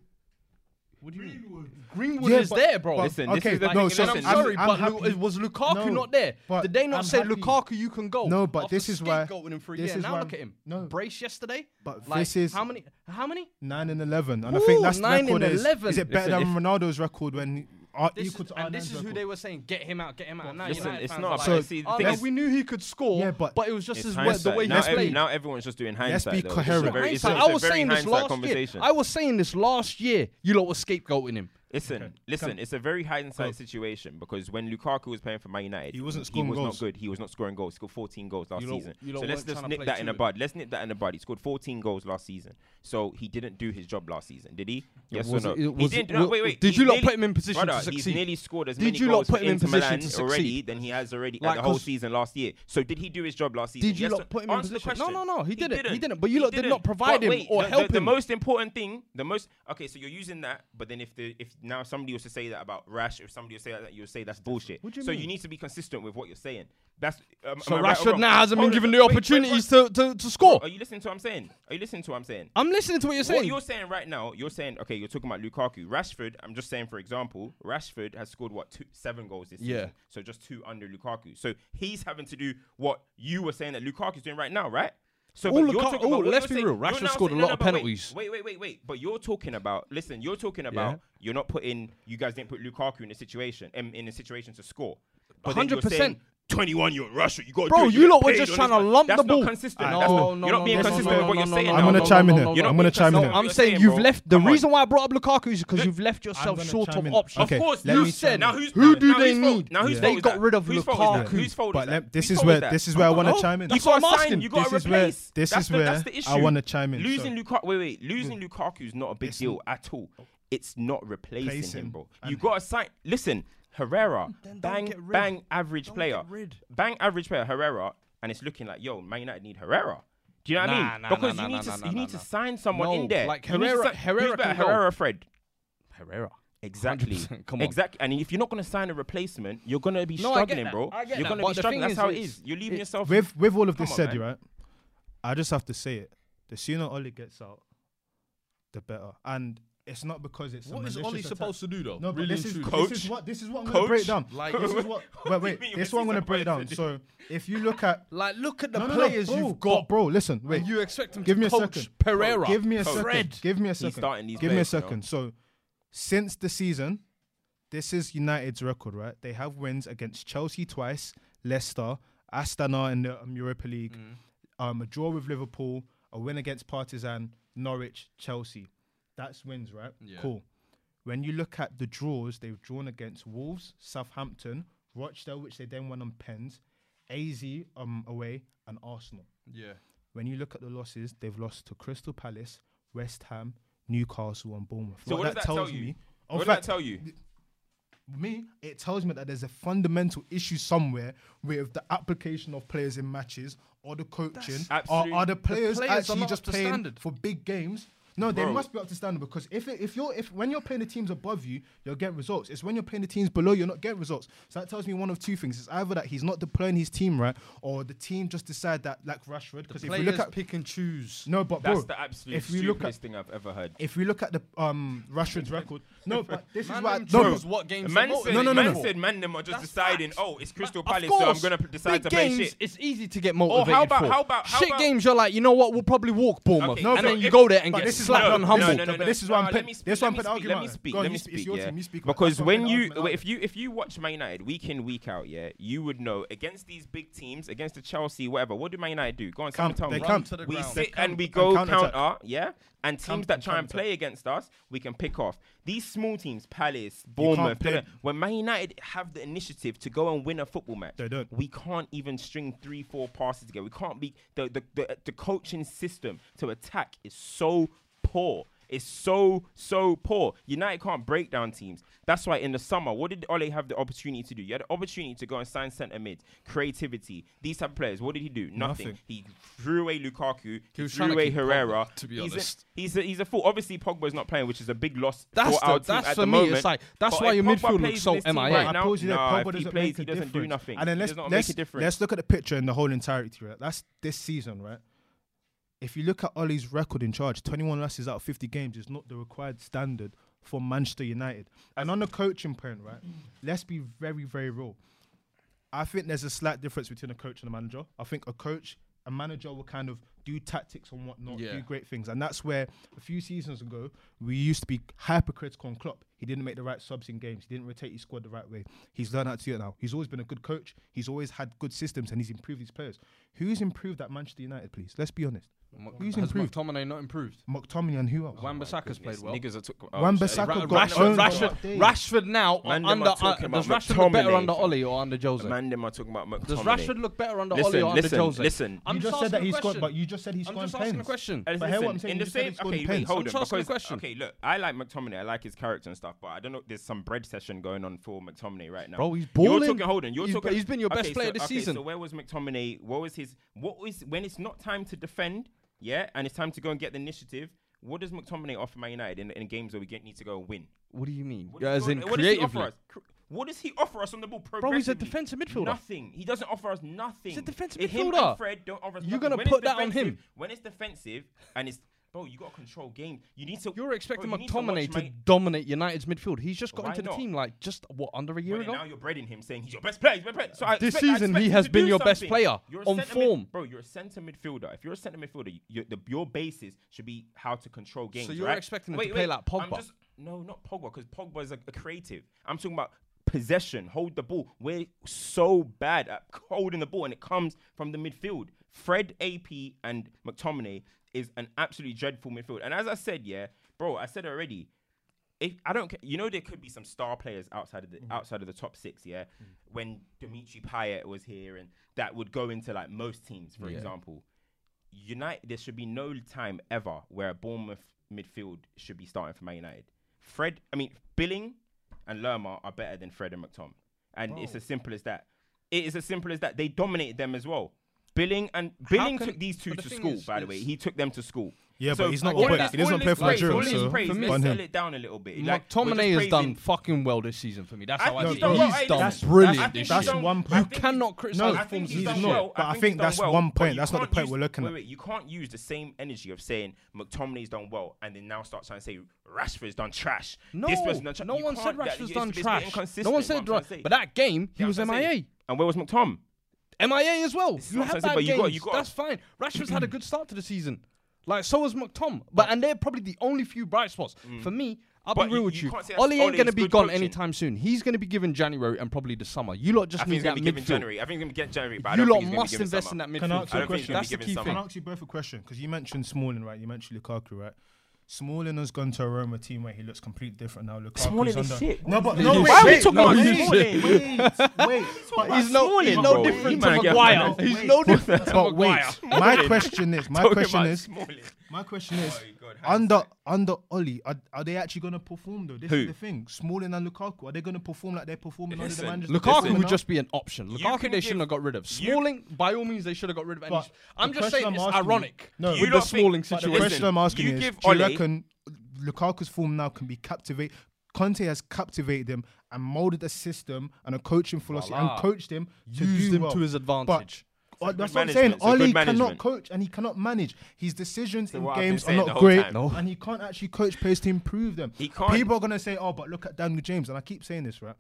Speaker 2: What do you mean? Greenwood
Speaker 1: Yeah,
Speaker 2: is
Speaker 1: but-
Speaker 2: there, bro.
Speaker 1: but-
Speaker 3: Listen, this
Speaker 1: okay,
Speaker 3: is the
Speaker 1: but
Speaker 3: thing,
Speaker 1: no,
Speaker 3: and
Speaker 1: so
Speaker 2: and I'm
Speaker 3: listen,
Speaker 2: sorry,
Speaker 1: I'm
Speaker 2: but Lu-
Speaker 1: happy-
Speaker 2: was Lukaku
Speaker 1: No,
Speaker 2: not there?
Speaker 1: but
Speaker 2: Did they not
Speaker 1: I'm
Speaker 2: say
Speaker 1: happy.
Speaker 2: Lukaku you can go?
Speaker 1: No, but
Speaker 2: after
Speaker 1: this is why-
Speaker 2: scapegoating him for a
Speaker 1: this
Speaker 2: year?
Speaker 1: is
Speaker 2: Now
Speaker 1: why-
Speaker 2: look at him.
Speaker 1: no.
Speaker 2: brace yesterday.
Speaker 1: But
Speaker 2: Like,
Speaker 1: this is-
Speaker 2: how many? How many?
Speaker 1: Nine and eleven, and I think
Speaker 2: Ooh,
Speaker 1: that's
Speaker 2: nine and
Speaker 1: record is.
Speaker 2: 11.
Speaker 1: Is it better
Speaker 3: Listen,
Speaker 1: than Ronaldo's record when uh,
Speaker 2: This
Speaker 1: equal
Speaker 2: is,
Speaker 1: to
Speaker 2: and
Speaker 1: Arden's
Speaker 2: this is who
Speaker 1: record?
Speaker 2: they were saying, get him out, get him out. And now
Speaker 3: Listen,
Speaker 2: United
Speaker 3: it's
Speaker 2: fans
Speaker 3: not
Speaker 2: are
Speaker 1: about-
Speaker 2: like,
Speaker 1: So-
Speaker 3: see, the
Speaker 2: oh,
Speaker 3: thing
Speaker 2: no,
Speaker 3: is-
Speaker 2: we knew he could score,
Speaker 1: Yeah, but-
Speaker 2: it was just
Speaker 3: It's
Speaker 2: as well the
Speaker 3: hindsight.
Speaker 2: way
Speaker 3: now,
Speaker 2: he
Speaker 1: let's
Speaker 3: ev-
Speaker 2: played.
Speaker 3: now everyone's just doing hindsight.
Speaker 1: Let's be
Speaker 3: though.
Speaker 1: coherent.
Speaker 3: It's a very, it's
Speaker 2: Hindsight,
Speaker 3: a-
Speaker 2: I
Speaker 3: it's a
Speaker 2: was
Speaker 3: very
Speaker 2: saying this
Speaker 3: hindsight
Speaker 2: last year.
Speaker 3: conversation.
Speaker 2: I was saying this last year. You lot were scapegoating him.
Speaker 3: Listen, listen, it's a very hindsight situation because when Lukaku was playing for Man United,
Speaker 1: He wasn't scoring
Speaker 3: he was
Speaker 1: goals.
Speaker 3: Not good. He was not scoring goals. He scored 14 goals last
Speaker 2: You lot-
Speaker 3: season.
Speaker 2: you lot
Speaker 3: So let's
Speaker 2: weren't
Speaker 3: just
Speaker 2: tryna
Speaker 3: nip
Speaker 2: play
Speaker 3: that in the
Speaker 2: to
Speaker 3: bud. Let's nip that in the bud. He scored 14 goals last season. So he didn't do his job last season, did he? Yes
Speaker 2: was
Speaker 3: or no?
Speaker 2: it- it
Speaker 3: he
Speaker 2: was-
Speaker 3: didn't. do-
Speaker 2: w-
Speaker 3: no, wait, wait.
Speaker 2: did
Speaker 3: he's
Speaker 2: you lot
Speaker 3: nearly-
Speaker 2: put him in position to
Speaker 3: brother,
Speaker 2: succeed?
Speaker 3: He's nearly scored as
Speaker 2: Did
Speaker 3: many
Speaker 2: you lot
Speaker 3: goals
Speaker 2: put him in
Speaker 3: into
Speaker 2: position
Speaker 3: Milan
Speaker 2: to
Speaker 3: already
Speaker 2: succeed?
Speaker 3: than he has already
Speaker 2: Like,
Speaker 3: like, the whole
Speaker 2: 'cause-
Speaker 3: season last year. So did he do his job last season?
Speaker 2: Did you
Speaker 3: Yes
Speaker 2: lot
Speaker 3: or-
Speaker 2: put him in
Speaker 3: answer the
Speaker 2: position? No,
Speaker 3: question.
Speaker 2: no, no, he didn't. He didn't, but you
Speaker 3: He
Speaker 2: lot did
Speaker 3: didn't.
Speaker 2: not provide
Speaker 3: But
Speaker 2: him
Speaker 3: wait,
Speaker 2: or
Speaker 3: the- the-
Speaker 2: help
Speaker 3: The
Speaker 2: him.
Speaker 3: most important thing, the most okay. So you're using that, but then if the if now somebody was to say that about Rash, if somebody was to say that, you'll say that's bullshit.
Speaker 2: What do you
Speaker 3: so
Speaker 2: mean?
Speaker 3: you need to be consistent with what you're saying. That's um,
Speaker 2: So
Speaker 3: am I right or
Speaker 2: Rashford
Speaker 3: wrong?
Speaker 2: now hasn't been
Speaker 3: Hold on,
Speaker 2: given
Speaker 3: wait,
Speaker 2: the
Speaker 3: wait, wait,
Speaker 2: opportunities
Speaker 3: wait.
Speaker 2: to, to, to score.
Speaker 3: Are you listening to what I'm saying? Are you listening to what I'm saying?
Speaker 2: I'm listening to what you're
Speaker 3: What
Speaker 2: saying.
Speaker 3: you're saying right now, you're saying okay, you're talking about Lukaku, Rashford. I'm just saying, for example, Rashford has scored what two, seven goals this
Speaker 2: Yeah.
Speaker 3: season, so just two under Lukaku. So he's having to do what you were saying that Lukaku's doing right now, right? So
Speaker 2: All
Speaker 3: but you're
Speaker 2: Luka-
Speaker 3: talking
Speaker 2: all-
Speaker 3: about what
Speaker 2: let's
Speaker 3: you're
Speaker 2: be
Speaker 3: saying-
Speaker 2: real,
Speaker 3: you're
Speaker 2: Rashford
Speaker 3: now
Speaker 2: scored a
Speaker 3: saying-
Speaker 2: lot of
Speaker 3: but wait,
Speaker 2: penalties.
Speaker 3: Wait, wait, wait, wait. But you're talking about listen, you're talking about you're not putting you're guys didn't put Lukaku in a situation um, in a situation to score. But then you're
Speaker 2: 100%.
Speaker 3: saying, 21 year old Russia, you got
Speaker 2: Bro, you lot were just trying to lump
Speaker 3: That's
Speaker 2: the ball.
Speaker 3: Not consistent.
Speaker 2: No,
Speaker 3: That's not-
Speaker 2: no,
Speaker 3: you're
Speaker 2: no,
Speaker 3: not being
Speaker 2: no, no,
Speaker 3: consistent
Speaker 2: no,
Speaker 3: with what
Speaker 2: no,
Speaker 3: you're
Speaker 2: no,
Speaker 3: saying.
Speaker 2: no,
Speaker 1: I'm
Speaker 3: now.
Speaker 1: gonna chime in here.
Speaker 2: no,
Speaker 1: I'm
Speaker 3: no,
Speaker 1: gonna chime in
Speaker 3: no,
Speaker 1: here.
Speaker 3: no.
Speaker 2: I'm
Speaker 3: you're
Speaker 2: saying
Speaker 3: saying,
Speaker 2: you've
Speaker 3: bro.
Speaker 2: left the
Speaker 3: Come on.
Speaker 2: reason why I brought up Lukaku is because you've left yourself
Speaker 1: gonna
Speaker 2: short
Speaker 1: chime
Speaker 2: of
Speaker 1: in.
Speaker 2: options.
Speaker 1: Okay,
Speaker 3: Of course,
Speaker 1: let
Speaker 3: you
Speaker 1: me
Speaker 3: said.
Speaker 1: chime
Speaker 3: Now
Speaker 1: in.
Speaker 3: who's
Speaker 2: Who
Speaker 3: now
Speaker 2: do
Speaker 3: whose
Speaker 2: they
Speaker 3: fault-
Speaker 2: need?
Speaker 3: Now who's
Speaker 2: Yeah.
Speaker 3: fault
Speaker 2: They
Speaker 3: is
Speaker 2: got
Speaker 3: that?
Speaker 2: rid of
Speaker 3: Whose fault is
Speaker 2: Lukaku.
Speaker 3: that? Whose fault is
Speaker 1: But
Speaker 3: that?
Speaker 1: let, this
Speaker 3: Whose
Speaker 1: is
Speaker 3: fault
Speaker 1: where
Speaker 3: that?
Speaker 1: this is where I want
Speaker 2: Oh,
Speaker 1: to chime in.
Speaker 2: that's what
Speaker 3: You got
Speaker 2: I'm
Speaker 3: to
Speaker 2: asking.
Speaker 3: sign. You got to
Speaker 1: This is where-
Speaker 3: replace.
Speaker 1: this
Speaker 3: That's
Speaker 1: is
Speaker 3: the- that's
Speaker 1: where
Speaker 3: the
Speaker 1: I
Speaker 3: issue.
Speaker 1: wanna chime in, Hmm.
Speaker 3: Losing
Speaker 1: sorry.
Speaker 3: Lukaku, wait, wait, losing Lukaku is not a big deal at all. It's not
Speaker 1: Replace
Speaker 3: replacing
Speaker 1: him.
Speaker 3: him, bro. You
Speaker 1: Oh. And-
Speaker 3: got to sign. Listen, Herrera,
Speaker 2: Then don't
Speaker 3: bang,
Speaker 2: get rid.
Speaker 3: bang, average
Speaker 2: Don't
Speaker 3: player,
Speaker 2: get rid.
Speaker 3: bang, average player, Herrera, and it's looking like, yo, Man United need Herrera. Do you know what
Speaker 2: Nah,
Speaker 3: I mean?
Speaker 2: nah,
Speaker 3: because
Speaker 2: nah,
Speaker 3: you
Speaker 2: nah,
Speaker 3: need
Speaker 2: nah,
Speaker 3: to
Speaker 2: nah,
Speaker 3: you
Speaker 2: nah,
Speaker 3: need
Speaker 2: nah.
Speaker 3: to sign someone
Speaker 2: No,
Speaker 3: in there.
Speaker 2: like
Speaker 3: You need to
Speaker 2: Herrera-
Speaker 3: sign-
Speaker 2: Herrera
Speaker 3: who's better,
Speaker 2: can go.
Speaker 3: Herrera, Fred.
Speaker 2: Herrera.
Speaker 3: Exactly.
Speaker 2: 100%, come on.
Speaker 3: Exactly. And if you're not going to sign a replacement, you're going to be
Speaker 2: No, I get
Speaker 3: struggling,
Speaker 2: that.
Speaker 3: bro.
Speaker 2: I get
Speaker 3: you're
Speaker 2: that.
Speaker 3: going
Speaker 2: But
Speaker 3: to be
Speaker 2: the
Speaker 3: struggling.
Speaker 2: thing
Speaker 3: That's how it
Speaker 2: is,
Speaker 3: is. You're
Speaker 2: it-
Speaker 3: leaving yourself.
Speaker 1: with with all of this
Speaker 3: Come on,
Speaker 1: said,
Speaker 3: man.
Speaker 1: right? I just have to say it. The sooner Oli gets out, the better. And it's not because it's a
Speaker 2: What is
Speaker 1: malicious
Speaker 2: Oli
Speaker 1: attack.
Speaker 2: supposed to do though?
Speaker 1: No, but
Speaker 2: Really
Speaker 1: this
Speaker 2: and
Speaker 1: is
Speaker 2: truly.
Speaker 3: Coach?
Speaker 1: this is what this is what I'm
Speaker 3: Coach?
Speaker 1: gonna break down.
Speaker 2: Like-
Speaker 1: this is what wait
Speaker 3: do you
Speaker 1: wait
Speaker 3: mean
Speaker 1: this
Speaker 3: this
Speaker 1: is what I'm
Speaker 3: is
Speaker 1: gonna
Speaker 3: supposed
Speaker 1: break down.
Speaker 3: to do?
Speaker 1: So if you look at
Speaker 2: Like, look at the
Speaker 1: No, no, no,
Speaker 2: players
Speaker 1: bro,
Speaker 2: you've
Speaker 1: bro,
Speaker 2: got.
Speaker 1: bro. Listen, wait.
Speaker 2: Oh, You expect them
Speaker 1: Give
Speaker 2: to
Speaker 1: me a
Speaker 2: coach
Speaker 1: second. Oh,
Speaker 2: Pereira.
Speaker 1: Give me a
Speaker 3: Coach.
Speaker 1: second.
Speaker 2: Fred.
Speaker 1: Give me a second.
Speaker 3: starting these
Speaker 1: Give
Speaker 3: players,
Speaker 1: me
Speaker 3: you
Speaker 1: a
Speaker 3: know.
Speaker 1: second. So, since the season, this is United's record, right? They have wins against Chelsea twice, Leicester, Astana in the um, Europa League,
Speaker 2: Mm.
Speaker 1: um, a draw with Liverpool, a win against Partizan, Norwich, Chelsea. That's wins, right?
Speaker 2: Yeah.
Speaker 1: Cool. When you look at the draws, they've drawn against Wolves, Southampton, Rochdale, which they then won on pens, AZ um, away, and Arsenal
Speaker 2: Yeah.
Speaker 1: when you look at the losses, they've lost to Crystal Palace, West Ham, Newcastle, and Bournemouth.
Speaker 3: So what does that tell you?
Speaker 1: me, in
Speaker 3: What did that
Speaker 1: fact,
Speaker 3: tell you?
Speaker 1: me, it tells me that there's a fundamental issue somewhere with the application of players in matches or the coaching.
Speaker 3: That's
Speaker 1: Are,
Speaker 3: absolute-
Speaker 1: are the players,
Speaker 2: players are
Speaker 1: actually
Speaker 2: not
Speaker 1: just
Speaker 2: up to
Speaker 1: playing
Speaker 2: standard.
Speaker 1: for big games? No, they
Speaker 3: Bro.
Speaker 1: must be up to standard because if it, if you're if when you're playing the teams above you, you'll get results. It's when you're playing the teams below you're not getting results. So that tells me one of two things: it's either that he's not deploying his team right, or the team just decide that like Rashford. Because if we look at
Speaker 2: pick and choose.
Speaker 1: no, but bro,
Speaker 3: That's the absolute
Speaker 1: if we look
Speaker 3: stupidest thing I've ever heard.
Speaker 1: if we look at the um Rashford's record, no, but this is
Speaker 2: Man,
Speaker 1: why
Speaker 2: them
Speaker 1: no,
Speaker 2: chose
Speaker 1: but-
Speaker 2: what games
Speaker 3: Man
Speaker 2: to vote
Speaker 3: said,
Speaker 1: No, no, no,
Speaker 3: man
Speaker 1: no.
Speaker 3: said, man, them are just
Speaker 2: That's
Speaker 3: deciding,
Speaker 2: facts.
Speaker 3: oh, it's Crystal
Speaker 2: Of
Speaker 3: Palace, so I'm
Speaker 2: course,
Speaker 3: gonna p- decide
Speaker 2: big
Speaker 3: to play
Speaker 2: games,
Speaker 3: shit.
Speaker 2: It's easy to get motivated
Speaker 3: about-
Speaker 2: for.
Speaker 3: how about- how
Speaker 2: shit
Speaker 3: about-
Speaker 2: games? You're like, you know what? We'll probably walk Bournemouth,
Speaker 3: Okay,
Speaker 1: No,
Speaker 2: and
Speaker 1: but
Speaker 2: then you
Speaker 3: if-
Speaker 2: go there and
Speaker 1: but
Speaker 2: get
Speaker 1: this is
Speaker 2: slapped
Speaker 1: no,
Speaker 2: and
Speaker 1: no,
Speaker 2: humbled.
Speaker 1: no, but this is why I'm
Speaker 3: let
Speaker 1: put-
Speaker 3: me speak,
Speaker 1: this is why I'm
Speaker 3: let
Speaker 1: putting
Speaker 3: me speak, Let me
Speaker 1: argument out.
Speaker 3: speak.
Speaker 1: Go on,
Speaker 3: Let
Speaker 1: you
Speaker 3: me
Speaker 1: speak, it's
Speaker 3: speak.
Speaker 1: your
Speaker 3: yeah.
Speaker 1: team, you speak, but that's
Speaker 3: Because
Speaker 1: why I'm
Speaker 3: when
Speaker 1: putting
Speaker 3: you,
Speaker 1: argument out.
Speaker 3: if you, if you watch Man United week in week out, yeah, you would know against these big teams, against the Chelsea, whatever. What do Man United do? Go on, someone
Speaker 1: Camp,
Speaker 3: tell
Speaker 1: they
Speaker 3: me.
Speaker 2: Run
Speaker 1: camp.
Speaker 2: to the
Speaker 3: we
Speaker 2: ground.
Speaker 3: sit
Speaker 1: They
Speaker 3: and
Speaker 1: camp
Speaker 3: we
Speaker 1: and
Speaker 3: go
Speaker 1: counterattack.
Speaker 3: counter, yeah. And teams
Speaker 1: Camp
Speaker 3: that
Speaker 1: and
Speaker 3: try and
Speaker 1: counterattack.
Speaker 3: play against us, we can pick off. These small teams, Palace, Bournemouth,
Speaker 1: play-
Speaker 3: da- da- when Man United have the initiative to go and win a football match,
Speaker 1: They don't.
Speaker 3: We can't even string three, four passes together. We can't be the the, the the coaching system to attack is so poor. It's so so poor. United can't break down teams. That's why in the summer, what did Ole have the opportunity to do? You had the opportunity to go and sign centre mid, creativity, these type of players. What did he do? Nothing.
Speaker 1: Nothing.
Speaker 3: He threw away Lukaku. He,
Speaker 2: was
Speaker 3: threw
Speaker 2: trying to
Speaker 3: away
Speaker 2: keep
Speaker 3: Herrera.
Speaker 2: Pogba, to be
Speaker 3: He's a-
Speaker 2: honest.
Speaker 3: he's a he's a fool. Obviously, Pogba's not playing, which is a big loss
Speaker 2: That's
Speaker 3: for our
Speaker 2: the-
Speaker 3: team
Speaker 2: that's
Speaker 3: at
Speaker 2: for
Speaker 3: the
Speaker 2: me,
Speaker 3: moment.
Speaker 2: it's like, that's
Speaker 3: But
Speaker 2: why
Speaker 3: if
Speaker 2: your
Speaker 3: Pogba
Speaker 2: midfield
Speaker 3: plays
Speaker 2: looks so
Speaker 3: in this team
Speaker 2: MIA.
Speaker 3: Right
Speaker 1: I
Speaker 3: now,
Speaker 1: told you that
Speaker 3: nah,
Speaker 1: Pogba
Speaker 3: if he
Speaker 1: doesn't
Speaker 3: plays,
Speaker 1: make a
Speaker 3: he doesn't do
Speaker 1: difference.
Speaker 3: nothing.
Speaker 1: And then
Speaker 3: He
Speaker 1: let's
Speaker 3: does not make
Speaker 1: let's,
Speaker 3: a difference.
Speaker 1: let's look at the picture in the whole entirety. Right, that's this season, right? If you look at Ollie's record in charge, 21 losses out of 50 games is not the required standard for Manchester United. And on the coaching point, right? Let's be very, very real. I think there's a slight difference between a coach and a manager. I think a coach, a manager will kind of do tactics and whatnot,
Speaker 2: Yeah.
Speaker 1: do great things. And that's where a few seasons ago, we used to be hypercritical on Klopp. He didn't make the right subs in games, he didn't rotate his squad the right way. He's learned how to do it now. He's always been a good coach, he's always had good systems, and he's improved his players. Who's improved at Manchester United, please? Let's be honest. Who's
Speaker 2: Has
Speaker 1: improved?
Speaker 2: McTominay not improved?
Speaker 1: McTominay and who else?
Speaker 2: Wan-Bissaka's played well.
Speaker 3: Niggas are took- oh,
Speaker 1: Wan-Bissaka
Speaker 3: sorry.
Speaker 1: got
Speaker 3: Ra-
Speaker 2: Rashford,
Speaker 1: owned.
Speaker 2: Rashford,
Speaker 1: Goddamn.
Speaker 2: Rashford now
Speaker 3: Man, them
Speaker 2: under.
Speaker 3: are talking
Speaker 2: uh, does
Speaker 3: about
Speaker 2: Rashford look better
Speaker 3: McTominay.
Speaker 2: under Oli or under Jose?
Speaker 3: Man, them are talking about McTominay.
Speaker 2: does Rashford look better under
Speaker 3: Listen,
Speaker 2: Oli or under
Speaker 3: listen,
Speaker 2: Jose?
Speaker 3: listen.
Speaker 2: I'm
Speaker 1: you just
Speaker 2: just
Speaker 1: said that
Speaker 2: asking
Speaker 1: he's
Speaker 2: a
Speaker 1: scored,
Speaker 2: question.
Speaker 1: but you just said he's
Speaker 2: I'm
Speaker 1: scored
Speaker 2: just
Speaker 1: in
Speaker 2: asking a
Speaker 1: pens.
Speaker 2: question.
Speaker 3: And
Speaker 1: But hear
Speaker 3: listen,
Speaker 1: what I'm saying,
Speaker 3: in
Speaker 1: you
Speaker 3: the
Speaker 1: just said
Speaker 3: same,
Speaker 1: he's got
Speaker 3: okay,
Speaker 1: the
Speaker 3: wait,
Speaker 1: pains.
Speaker 3: hold
Speaker 2: I'm
Speaker 3: on.
Speaker 2: just asking a
Speaker 3: because-
Speaker 2: question.
Speaker 3: Okay, look, I like McTominay. I like his character and stuff, but I don't know. There's some bread session going on for McTominay right now.
Speaker 2: Bro, he's
Speaker 3: You're
Speaker 2: balling.
Speaker 3: talking, hold on. You're
Speaker 2: He's-
Speaker 3: talking.
Speaker 2: he's been your best
Speaker 3: okay,
Speaker 2: player
Speaker 3: so,
Speaker 2: this
Speaker 3: okay,
Speaker 2: season.
Speaker 3: So where was McTominay? What was his? What was when it's not time to defend? Yeah, and it's time to go and get the initiative. What does McTominay offer Man United in, in games where we get, need to go and win?
Speaker 2: What do you mean?
Speaker 3: What does
Speaker 2: As
Speaker 3: he-
Speaker 2: in
Speaker 3: what does he offer
Speaker 2: creatively.
Speaker 3: us? Cr- What does he offer us on the ball?
Speaker 2: Bro, he's a
Speaker 3: progressively?
Speaker 2: defensive midfielder.
Speaker 3: Nothing. He doesn't offer us nothing.
Speaker 2: He's a defensive
Speaker 3: If Him
Speaker 2: midfielder.
Speaker 3: and Fred don't offer us
Speaker 2: You're
Speaker 3: nothing.
Speaker 2: gonna
Speaker 3: When it's
Speaker 2: put that on him.
Speaker 3: defensive- When it's defensive and it's bro, you gotta control game. You need to.
Speaker 2: You're expecting
Speaker 3: bro, you need to watch
Speaker 2: McTominay to
Speaker 3: Man-
Speaker 2: dominate United's midfield. He's just got
Speaker 3: Why
Speaker 2: into the
Speaker 3: not?
Speaker 2: team like just what under a year
Speaker 3: But
Speaker 2: ago.
Speaker 3: now you're breading him, saying he's your best player. He's my player. So I
Speaker 2: This
Speaker 3: expect- I
Speaker 2: season,
Speaker 3: expect
Speaker 2: he
Speaker 3: him
Speaker 2: has
Speaker 3: to
Speaker 2: been
Speaker 3: do
Speaker 2: your best
Speaker 3: something.
Speaker 2: player
Speaker 3: You're a
Speaker 2: on
Speaker 3: centre
Speaker 2: form.
Speaker 3: bro. You're a centre midfielder. If you're a centre midfielder, you, the, your basis should be how to control games.
Speaker 2: you're
Speaker 3: right?
Speaker 2: expecting him
Speaker 3: wait,
Speaker 2: to play
Speaker 3: wait,
Speaker 2: like
Speaker 3: I'm
Speaker 2: Pogba?
Speaker 3: just- no, not Pogba, because Pogba is a, a creative. I'm talking about possession, hold the ball. We're so bad at holding the ball, and it comes from the midfield. Fred, AP, and McTominay is an absolutely dreadful midfield. And as I said, yeah, bro, I said already. If I don't, ca- you know, there could be some star players outside of the outside of the top six. Yeah, when Dimitri Payet was here, and that would go into like most teams, for
Speaker 2: Yeah.
Speaker 3: example. United, there should be no time ever where a Bournemouth midfield should be starting for Man United. Fred, I mean, Billing and Lerma are better than Fred and McTom. And it's as simple as that. It is as simple as that. They dominated them as well. Billing and Billing
Speaker 2: can-
Speaker 3: took these two
Speaker 2: but the
Speaker 3: to
Speaker 2: thing
Speaker 3: school,
Speaker 2: is-
Speaker 3: by the way.
Speaker 2: is-
Speaker 3: He took them to school.
Speaker 1: Yeah, but he's not
Speaker 3: all
Speaker 1: gonna
Speaker 3: of
Speaker 1: play-
Speaker 3: this-
Speaker 1: he doesn't
Speaker 3: all of
Speaker 1: play
Speaker 3: this
Speaker 1: for
Speaker 3: praise,
Speaker 1: Nigeria,
Speaker 3: all of this
Speaker 1: so
Speaker 3: praise,
Speaker 1: for me-
Speaker 3: Let's
Speaker 1: on him.
Speaker 3: settle it down a little bit. Like, we're just
Speaker 2: McTominay has done
Speaker 3: praising-
Speaker 2: fucking well this season for me. That's how I,
Speaker 1: think he's
Speaker 2: see it.
Speaker 1: done
Speaker 2: He's
Speaker 1: well.
Speaker 2: done
Speaker 1: That's-
Speaker 2: brilliant
Speaker 1: that's-
Speaker 2: this
Speaker 1: that's
Speaker 2: season.
Speaker 1: one
Speaker 2: You
Speaker 1: point.
Speaker 2: cannot
Speaker 1: No,
Speaker 2: criticize
Speaker 1: I
Speaker 2: the
Speaker 1: think
Speaker 2: form
Speaker 1: he's
Speaker 2: he's
Speaker 1: done
Speaker 2: done
Speaker 1: well.
Speaker 2: well.
Speaker 1: but I
Speaker 3: he's
Speaker 1: think
Speaker 3: done
Speaker 1: that's
Speaker 3: well,
Speaker 1: one
Speaker 3: but
Speaker 1: point.
Speaker 3: you
Speaker 1: That's not the
Speaker 3: can't
Speaker 1: point
Speaker 3: use-
Speaker 1: we're looking
Speaker 3: wait,
Speaker 1: at.
Speaker 3: Wait, you can't use the same energy of saying McTominay's done well and then now start trying to say Rashford's done trash.
Speaker 2: No,
Speaker 3: this person's done trash.
Speaker 2: no
Speaker 3: You
Speaker 2: one said
Speaker 3: can't- that-
Speaker 2: Rashford's
Speaker 3: it's-
Speaker 2: done
Speaker 3: it's a bit
Speaker 2: trash.
Speaker 3: inconsistent,
Speaker 2: No one
Speaker 3: what I'm
Speaker 2: said
Speaker 3: trying
Speaker 2: dra-
Speaker 3: to say.
Speaker 2: But that game, he
Speaker 3: Yeah,
Speaker 2: was
Speaker 3: I'm trying to
Speaker 2: MIA.
Speaker 3: say. And where was McTom?
Speaker 2: MIA as well.
Speaker 3: is
Speaker 2: You
Speaker 3: what I'm
Speaker 2: had
Speaker 3: saying,
Speaker 2: bad
Speaker 3: but you
Speaker 2: games.
Speaker 3: got- you got-
Speaker 2: That's fine. Rashford's had a good start to the season. Like so has McTom. But and they're probably the only few bright spots for me. I'll
Speaker 3: But
Speaker 2: be real
Speaker 3: you-
Speaker 2: with
Speaker 3: you
Speaker 2: you.
Speaker 3: can't say that's
Speaker 2: Oli ain't
Speaker 3: Ole's
Speaker 2: gonna be
Speaker 3: good
Speaker 2: gone
Speaker 3: coaching.
Speaker 2: anytime soon. He's gonna be given January and probably the summer. You lot
Speaker 3: I
Speaker 2: just
Speaker 3: think
Speaker 2: need
Speaker 3: he's
Speaker 2: that
Speaker 3: going to be given
Speaker 2: midfield.
Speaker 3: January. I think he's going to get January, but I
Speaker 2: You
Speaker 3: don't
Speaker 2: lot
Speaker 3: think he's gonna be
Speaker 2: must
Speaker 3: given
Speaker 2: invest in
Speaker 3: summer.
Speaker 2: that
Speaker 1: Can I
Speaker 2: midfield.
Speaker 1: ask you a
Speaker 3: I don't think he's
Speaker 1: question?
Speaker 3: gonna
Speaker 2: That's
Speaker 3: be
Speaker 2: the
Speaker 3: given
Speaker 2: key
Speaker 3: summer.
Speaker 2: thing.
Speaker 1: Can I ask you both a question? Because you mentioned Smalling, right? You mentioned Lukaku, right? Smalling has gone to a Roma team where he looks completely different now. Lukaku's
Speaker 3: Smalling is
Speaker 1: under.
Speaker 3: shit.
Speaker 1: No, but
Speaker 2: He's
Speaker 1: no,
Speaker 2: shit.
Speaker 1: wait,
Speaker 2: Why are we
Speaker 1: wait,
Speaker 2: talking
Speaker 1: no,
Speaker 2: about
Speaker 1: wait,
Speaker 2: him?
Speaker 1: wait, wait, wait.
Speaker 3: He's no- Smalling,
Speaker 2: he's no
Speaker 3: bro.
Speaker 2: different
Speaker 3: He
Speaker 2: to
Speaker 3: might get
Speaker 2: Maguire.
Speaker 3: fined.
Speaker 2: He's
Speaker 1: Wait,
Speaker 2: no different to
Speaker 1: But wait,
Speaker 2: Maguire.
Speaker 1: my question is, my
Speaker 3: Talking
Speaker 1: question
Speaker 3: about
Speaker 1: is,
Speaker 3: Smalling.
Speaker 1: my question is,
Speaker 3: God.
Speaker 1: under
Speaker 3: hindsight.
Speaker 1: under Oli, are, are they actually going to perform though? This
Speaker 3: Who?
Speaker 1: is the thing. Smalling and Lukaku, are they going to perform like they're performing under
Speaker 3: Listen,
Speaker 1: the manager?
Speaker 2: Lukaku
Speaker 3: Listen.
Speaker 2: would just be an option.
Speaker 3: You
Speaker 2: Lukaku
Speaker 3: can
Speaker 2: they
Speaker 3: give-
Speaker 2: shouldn't have got rid of.
Speaker 3: you-
Speaker 2: Smalling, by all means, they should have got rid of. And
Speaker 1: But
Speaker 2: I'm
Speaker 1: the
Speaker 2: just
Speaker 1: question
Speaker 2: saying
Speaker 1: I'm
Speaker 2: it's
Speaker 1: asking you-
Speaker 2: ironic
Speaker 1: No,
Speaker 3: You
Speaker 2: with the
Speaker 3: don't think-
Speaker 2: Smalling
Speaker 1: But the
Speaker 2: situation.
Speaker 1: question I'm asking
Speaker 3: you
Speaker 1: is,
Speaker 3: give
Speaker 1: do you
Speaker 3: Ole-
Speaker 1: reckon Lukaku's form now can be captivate? Conte has captivated him and molded a system and a coaching philosophy
Speaker 2: Voila.
Speaker 1: and coached him to
Speaker 2: Used
Speaker 1: do
Speaker 2: him
Speaker 1: well.
Speaker 2: to his advantage.
Speaker 1: But, uh, that's
Speaker 3: good
Speaker 1: what I'm saying.
Speaker 3: management. It's a
Speaker 1: Oli
Speaker 3: good
Speaker 1: cannot
Speaker 3: management.
Speaker 1: coach and he cannot manage. His decisions in
Speaker 3: what I've been
Speaker 1: games are
Speaker 3: saying the
Speaker 1: not
Speaker 3: whole
Speaker 1: great,
Speaker 3: time. No.
Speaker 1: and he can't actually coach players to improve them.
Speaker 3: He can't.
Speaker 1: People are gonna say, "Oh, but look at Daniel James," and I keep saying this, right?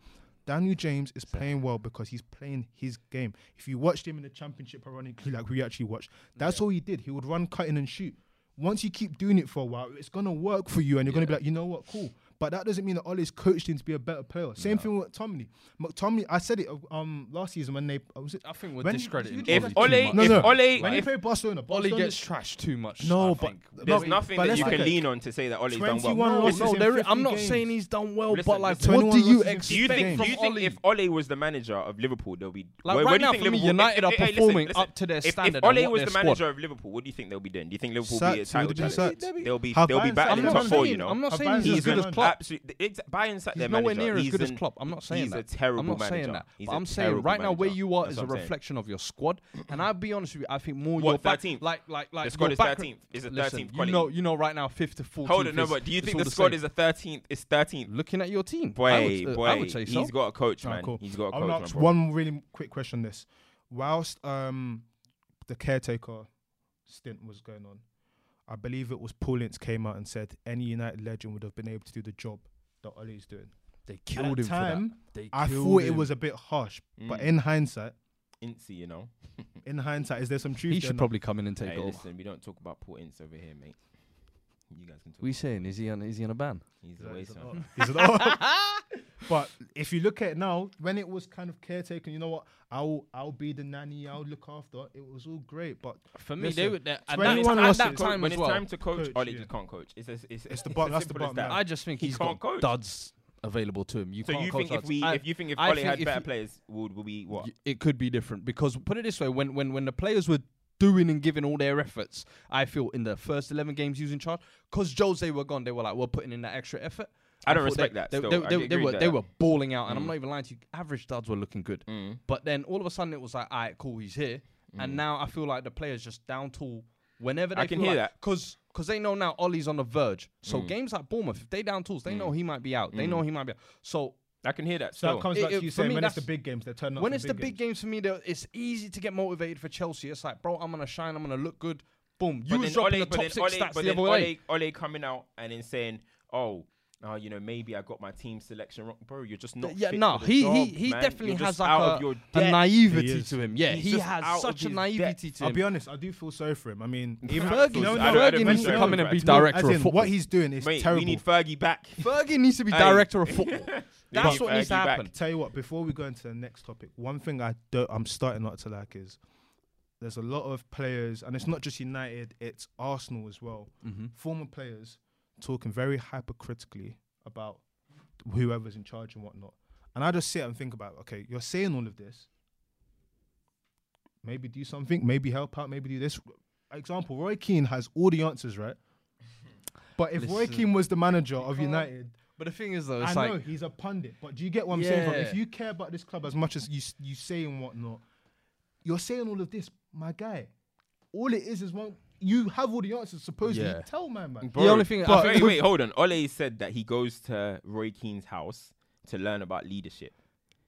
Speaker 1: Daniel James is playing well because he's playing his game. If you watched him in the championship, ironically, like we actually watched, that's all he did. He would run, cut in, and shoot. Once you keep doing it for a while, it's gonna work for you, and you're gonna be like, you know what, cool. But that doesn't mean that Ollie's coached him to be a better player. Same thing with Tommy. McTominay, I said it uh, um last season when they uh, was it
Speaker 2: I think we're
Speaker 1: When-
Speaker 2: discrediting.
Speaker 1: If
Speaker 2: Ole too
Speaker 3: Ole-
Speaker 2: much.
Speaker 1: no,
Speaker 3: if
Speaker 1: no.
Speaker 3: Ole-
Speaker 1: when
Speaker 3: if-
Speaker 1: you play Barcelona,
Speaker 2: Ole
Speaker 1: Barcelona-
Speaker 2: gets trashed too much.
Speaker 1: no,
Speaker 2: I
Speaker 1: but
Speaker 2: think.
Speaker 3: There's
Speaker 1: but-
Speaker 3: nothing
Speaker 1: but
Speaker 3: that
Speaker 1: let's
Speaker 3: you
Speaker 1: look
Speaker 3: can
Speaker 1: at-
Speaker 3: lean on to say that Ollie's done well.
Speaker 1: 21
Speaker 3: No,
Speaker 1: losses
Speaker 2: no,
Speaker 1: in
Speaker 2: there, I'm
Speaker 1: 50
Speaker 2: not
Speaker 1: games.
Speaker 2: saying he's done well,
Speaker 3: Listen,
Speaker 2: but like,
Speaker 1: listen.
Speaker 2: what do
Speaker 1: 21
Speaker 2: you
Speaker 1: losses in
Speaker 2: expect?
Speaker 3: Do you think?
Speaker 1: games.
Speaker 3: Do you think
Speaker 2: Ole?
Speaker 3: if Ole was the manager of Liverpool, they'll be
Speaker 2: Like,
Speaker 3: where-
Speaker 2: right
Speaker 3: where do you
Speaker 2: now
Speaker 3: think
Speaker 2: for me,
Speaker 3: Liverpool-
Speaker 2: United are
Speaker 3: hey, hey, listen,
Speaker 2: performing
Speaker 3: listen.
Speaker 2: up to their
Speaker 3: If-
Speaker 2: standard
Speaker 3: If
Speaker 2: and
Speaker 3: Ole
Speaker 2: what
Speaker 3: was
Speaker 2: their
Speaker 3: the
Speaker 2: squad-
Speaker 3: manager of Liverpool, what do you think they'll be doing? Do you think Liverpool will be a
Speaker 1: Sacked, he
Speaker 3: title
Speaker 1: would've been
Speaker 3: challenger?
Speaker 1: sacked.
Speaker 3: They'll be
Speaker 1: Have
Speaker 3: they'll be
Speaker 1: Bayern
Speaker 3: back in the
Speaker 1: sacked
Speaker 3: top
Speaker 1: him?
Speaker 3: four. You know,
Speaker 2: I'm not
Speaker 1: Have
Speaker 2: saying
Speaker 1: Bayern
Speaker 2: he's
Speaker 1: sacked
Speaker 2: as good
Speaker 1: him?
Speaker 2: as
Speaker 3: an
Speaker 2: Klopp.
Speaker 3: Absolute, the ex- Bayern sacked
Speaker 2: He's
Speaker 3: their
Speaker 2: nowhere
Speaker 3: manager.
Speaker 2: near as
Speaker 3: He's
Speaker 2: good as
Speaker 3: an-
Speaker 2: Klopp. I'm not saying
Speaker 3: he's
Speaker 2: that.
Speaker 3: a terrible
Speaker 2: I'm not
Speaker 3: manager.
Speaker 2: saying that.
Speaker 3: He's
Speaker 2: but
Speaker 3: a
Speaker 2: I'm saying
Speaker 3: terrible
Speaker 2: right now where
Speaker 3: manager.
Speaker 2: you are
Speaker 3: That's
Speaker 2: is
Speaker 3: what
Speaker 2: a
Speaker 3: I'm saying.
Speaker 2: reflection of your squad. And I'll be honest with you, I think more
Speaker 3: What,
Speaker 2: your back,
Speaker 3: 13th?
Speaker 2: like like like
Speaker 3: The squad
Speaker 2: your
Speaker 3: is
Speaker 2: back-
Speaker 3: 13th. It's a
Speaker 2: Listen,
Speaker 3: 13th
Speaker 2: You
Speaker 3: quality.
Speaker 2: know, you know, right now, fifth to fourteenth.
Speaker 3: Hold on, no, but do you think the squad is a 13th? It's 13th.
Speaker 2: looking at your team? I
Speaker 3: Boy,
Speaker 2: would, uh, I
Speaker 3: boy,
Speaker 2: would say so.
Speaker 3: he's got a coach,
Speaker 1: Alright,
Speaker 3: man.
Speaker 1: cool.
Speaker 3: He's got a
Speaker 1: I'm
Speaker 3: coach.
Speaker 1: gonna
Speaker 3: my
Speaker 1: ask
Speaker 3: bro.
Speaker 1: one really quick question. on This, whilst um, the caretaker stint was going on, I believe it was Paul Ince came out and said any United legend would have been able to do the job that Ole's doing.
Speaker 2: They
Speaker 1: At
Speaker 2: killed
Speaker 1: the
Speaker 2: him
Speaker 1: time,
Speaker 2: for that. They
Speaker 1: I
Speaker 2: killed
Speaker 1: thought it
Speaker 2: him.
Speaker 1: was a bit harsh, but
Speaker 3: Mm.
Speaker 1: in hindsight,
Speaker 3: Incy, you know.
Speaker 1: in hindsight, is there some truth?
Speaker 2: He
Speaker 1: there?
Speaker 2: should probably come in and take
Speaker 3: Hey,
Speaker 2: it over.
Speaker 3: listen, we don't talk about Paul Ince over here, mate. You guys can talk.
Speaker 2: We saying is he on is he on a ban?
Speaker 3: He's
Speaker 1: No,
Speaker 3: away,
Speaker 1: he's an
Speaker 3: son.
Speaker 1: op. He's an op. but if you look at it now, when it was kind of caretaking, you know what? I'll I'll be the nanny. I'll look after. It was all great, but
Speaker 2: For
Speaker 1: me, they Listen, were-
Speaker 2: at
Speaker 1: that- 21 at that losses.
Speaker 2: time
Speaker 3: when
Speaker 2: as
Speaker 3: it's
Speaker 2: well.
Speaker 3: time to coach,
Speaker 1: Coach,
Speaker 3: Ollie
Speaker 1: yeah.
Speaker 3: just can't coach. It's, as- it's,
Speaker 1: It's the
Speaker 3: it's
Speaker 1: bottom-
Speaker 3: as
Speaker 1: that's the
Speaker 3: simple as
Speaker 1: bottom
Speaker 3: that.
Speaker 1: line.
Speaker 2: I just think
Speaker 3: He
Speaker 2: he's
Speaker 3: can't
Speaker 2: got
Speaker 3: coach.
Speaker 2: duds available to him. You
Speaker 3: So
Speaker 2: can't
Speaker 3: you
Speaker 2: coach
Speaker 3: think if
Speaker 2: duds.
Speaker 3: we,
Speaker 2: I-
Speaker 3: if you think if
Speaker 2: I
Speaker 3: Ollie
Speaker 2: think
Speaker 3: had
Speaker 2: if
Speaker 3: better
Speaker 2: you-
Speaker 3: players, would would we what?
Speaker 2: y- it could be different because put it this way when when when the players were doing and giving all their efforts i feel in the first 11 games using charge because jose were gone they were like we're putting in that extra effort
Speaker 3: I don't
Speaker 2: thought
Speaker 3: respect
Speaker 2: they,
Speaker 3: that
Speaker 2: they,
Speaker 3: still.
Speaker 2: they,
Speaker 3: I
Speaker 2: they- they
Speaker 3: agree
Speaker 2: were
Speaker 3: with
Speaker 2: they
Speaker 3: that.
Speaker 2: were balling out and i'm
Speaker 3: Mm.
Speaker 2: not even lying to you average duds were looking good
Speaker 3: Mm.
Speaker 2: but then all of a sudden it was like all right cool he's here
Speaker 3: Mm.
Speaker 2: and now i feel like the players just down tool whenever they
Speaker 3: I can hear that.
Speaker 2: because because they know now ollie's on the verge so
Speaker 3: Mm.
Speaker 2: games like bournemouth if they down tools they
Speaker 3: Mm.
Speaker 2: know he might be out they
Speaker 3: Mm.
Speaker 2: know he might be out so
Speaker 3: I can hear that.
Speaker 1: So
Speaker 3: Still.
Speaker 1: that comes
Speaker 2: It-
Speaker 1: back
Speaker 2: it-
Speaker 1: to you
Speaker 2: for
Speaker 1: saying
Speaker 2: me,
Speaker 1: when it's the
Speaker 2: that's-
Speaker 1: big games, they're turning up.
Speaker 2: when
Speaker 1: for
Speaker 2: it's the big
Speaker 1: games.
Speaker 2: games for me, though, it's easy to get motivated for Chelsea. It's like, bro, I'm gonna shine, I'm gonna look good. Boom, you
Speaker 3: But
Speaker 2: was
Speaker 3: then
Speaker 2: dropping
Speaker 3: Ole-
Speaker 2: the
Speaker 3: but
Speaker 2: top
Speaker 3: then
Speaker 2: six
Speaker 3: Ole-
Speaker 2: stats
Speaker 3: but
Speaker 2: the
Speaker 3: then
Speaker 2: other way.
Speaker 3: Ole, Ole coming out and then saying, "Oh, uh, you know, maybe I got my team selection wrong, bro. You're just not.
Speaker 2: yeah,
Speaker 3: fit
Speaker 2: no,
Speaker 3: for the
Speaker 2: he he
Speaker 3: job,
Speaker 2: he
Speaker 3: man.
Speaker 2: definitely
Speaker 3: You're
Speaker 2: has
Speaker 3: just out
Speaker 2: like
Speaker 3: of
Speaker 2: a,
Speaker 3: your
Speaker 2: a
Speaker 3: depth."
Speaker 2: naivety
Speaker 1: He is.
Speaker 2: to him. Yeah,
Speaker 3: He's
Speaker 2: he
Speaker 3: just out
Speaker 2: has
Speaker 3: of
Speaker 2: such a
Speaker 3: his
Speaker 2: naivety to
Speaker 1: I'll be
Speaker 2: him.
Speaker 1: honest, I do feel sorry for him. I mean,
Speaker 3: Even
Speaker 2: Fergie,
Speaker 3: Fergie-
Speaker 2: no,
Speaker 3: I don't-
Speaker 2: Fergie
Speaker 3: I don't
Speaker 2: needs
Speaker 3: think
Speaker 2: to
Speaker 3: so.
Speaker 2: come in and be
Speaker 3: No,
Speaker 2: director
Speaker 1: as
Speaker 2: of
Speaker 1: in,
Speaker 2: football.
Speaker 1: what he's doing is
Speaker 3: Mate,
Speaker 1: terrible.
Speaker 3: we need Fergie back.
Speaker 2: Fergie needs to be
Speaker 3: Hey.
Speaker 2: director of football. That's
Speaker 3: need
Speaker 2: what needs to
Speaker 3: Fergie back.
Speaker 2: happen.
Speaker 1: Tell you what, before we go into the next topic, one thing I don't, I'm starting not to like is there's a lot of players, and it's not just United, it's Arsenal as well. Former players talking very hypercritically about whoever's in charge and whatnot. And I just sit and think about, okay, you're saying all of this. Maybe do something, maybe help out, maybe do this. Example, Roy Keane has all the answers, right? But if Roy
Speaker 2: Listen.
Speaker 1: Keane was the manager of
Speaker 2: can't-
Speaker 1: United,
Speaker 2: But the thing is, though,
Speaker 1: I
Speaker 2: it's like
Speaker 1: know he's a pundit, but do you get what I'm saying? Fam?
Speaker 2: Yeah.
Speaker 1: If you care about this club as much as you s- you say and whatnot, you're saying all of this, my guy. All it is is one. You have all the answers. Supposedly,
Speaker 2: Yeah.
Speaker 1: tell my man.
Speaker 3: Bro,
Speaker 2: only thing I
Speaker 3: but
Speaker 2: think-
Speaker 3: wait, wait, hold on. Ole said that he goes to Roy Keane's house to learn about leadership.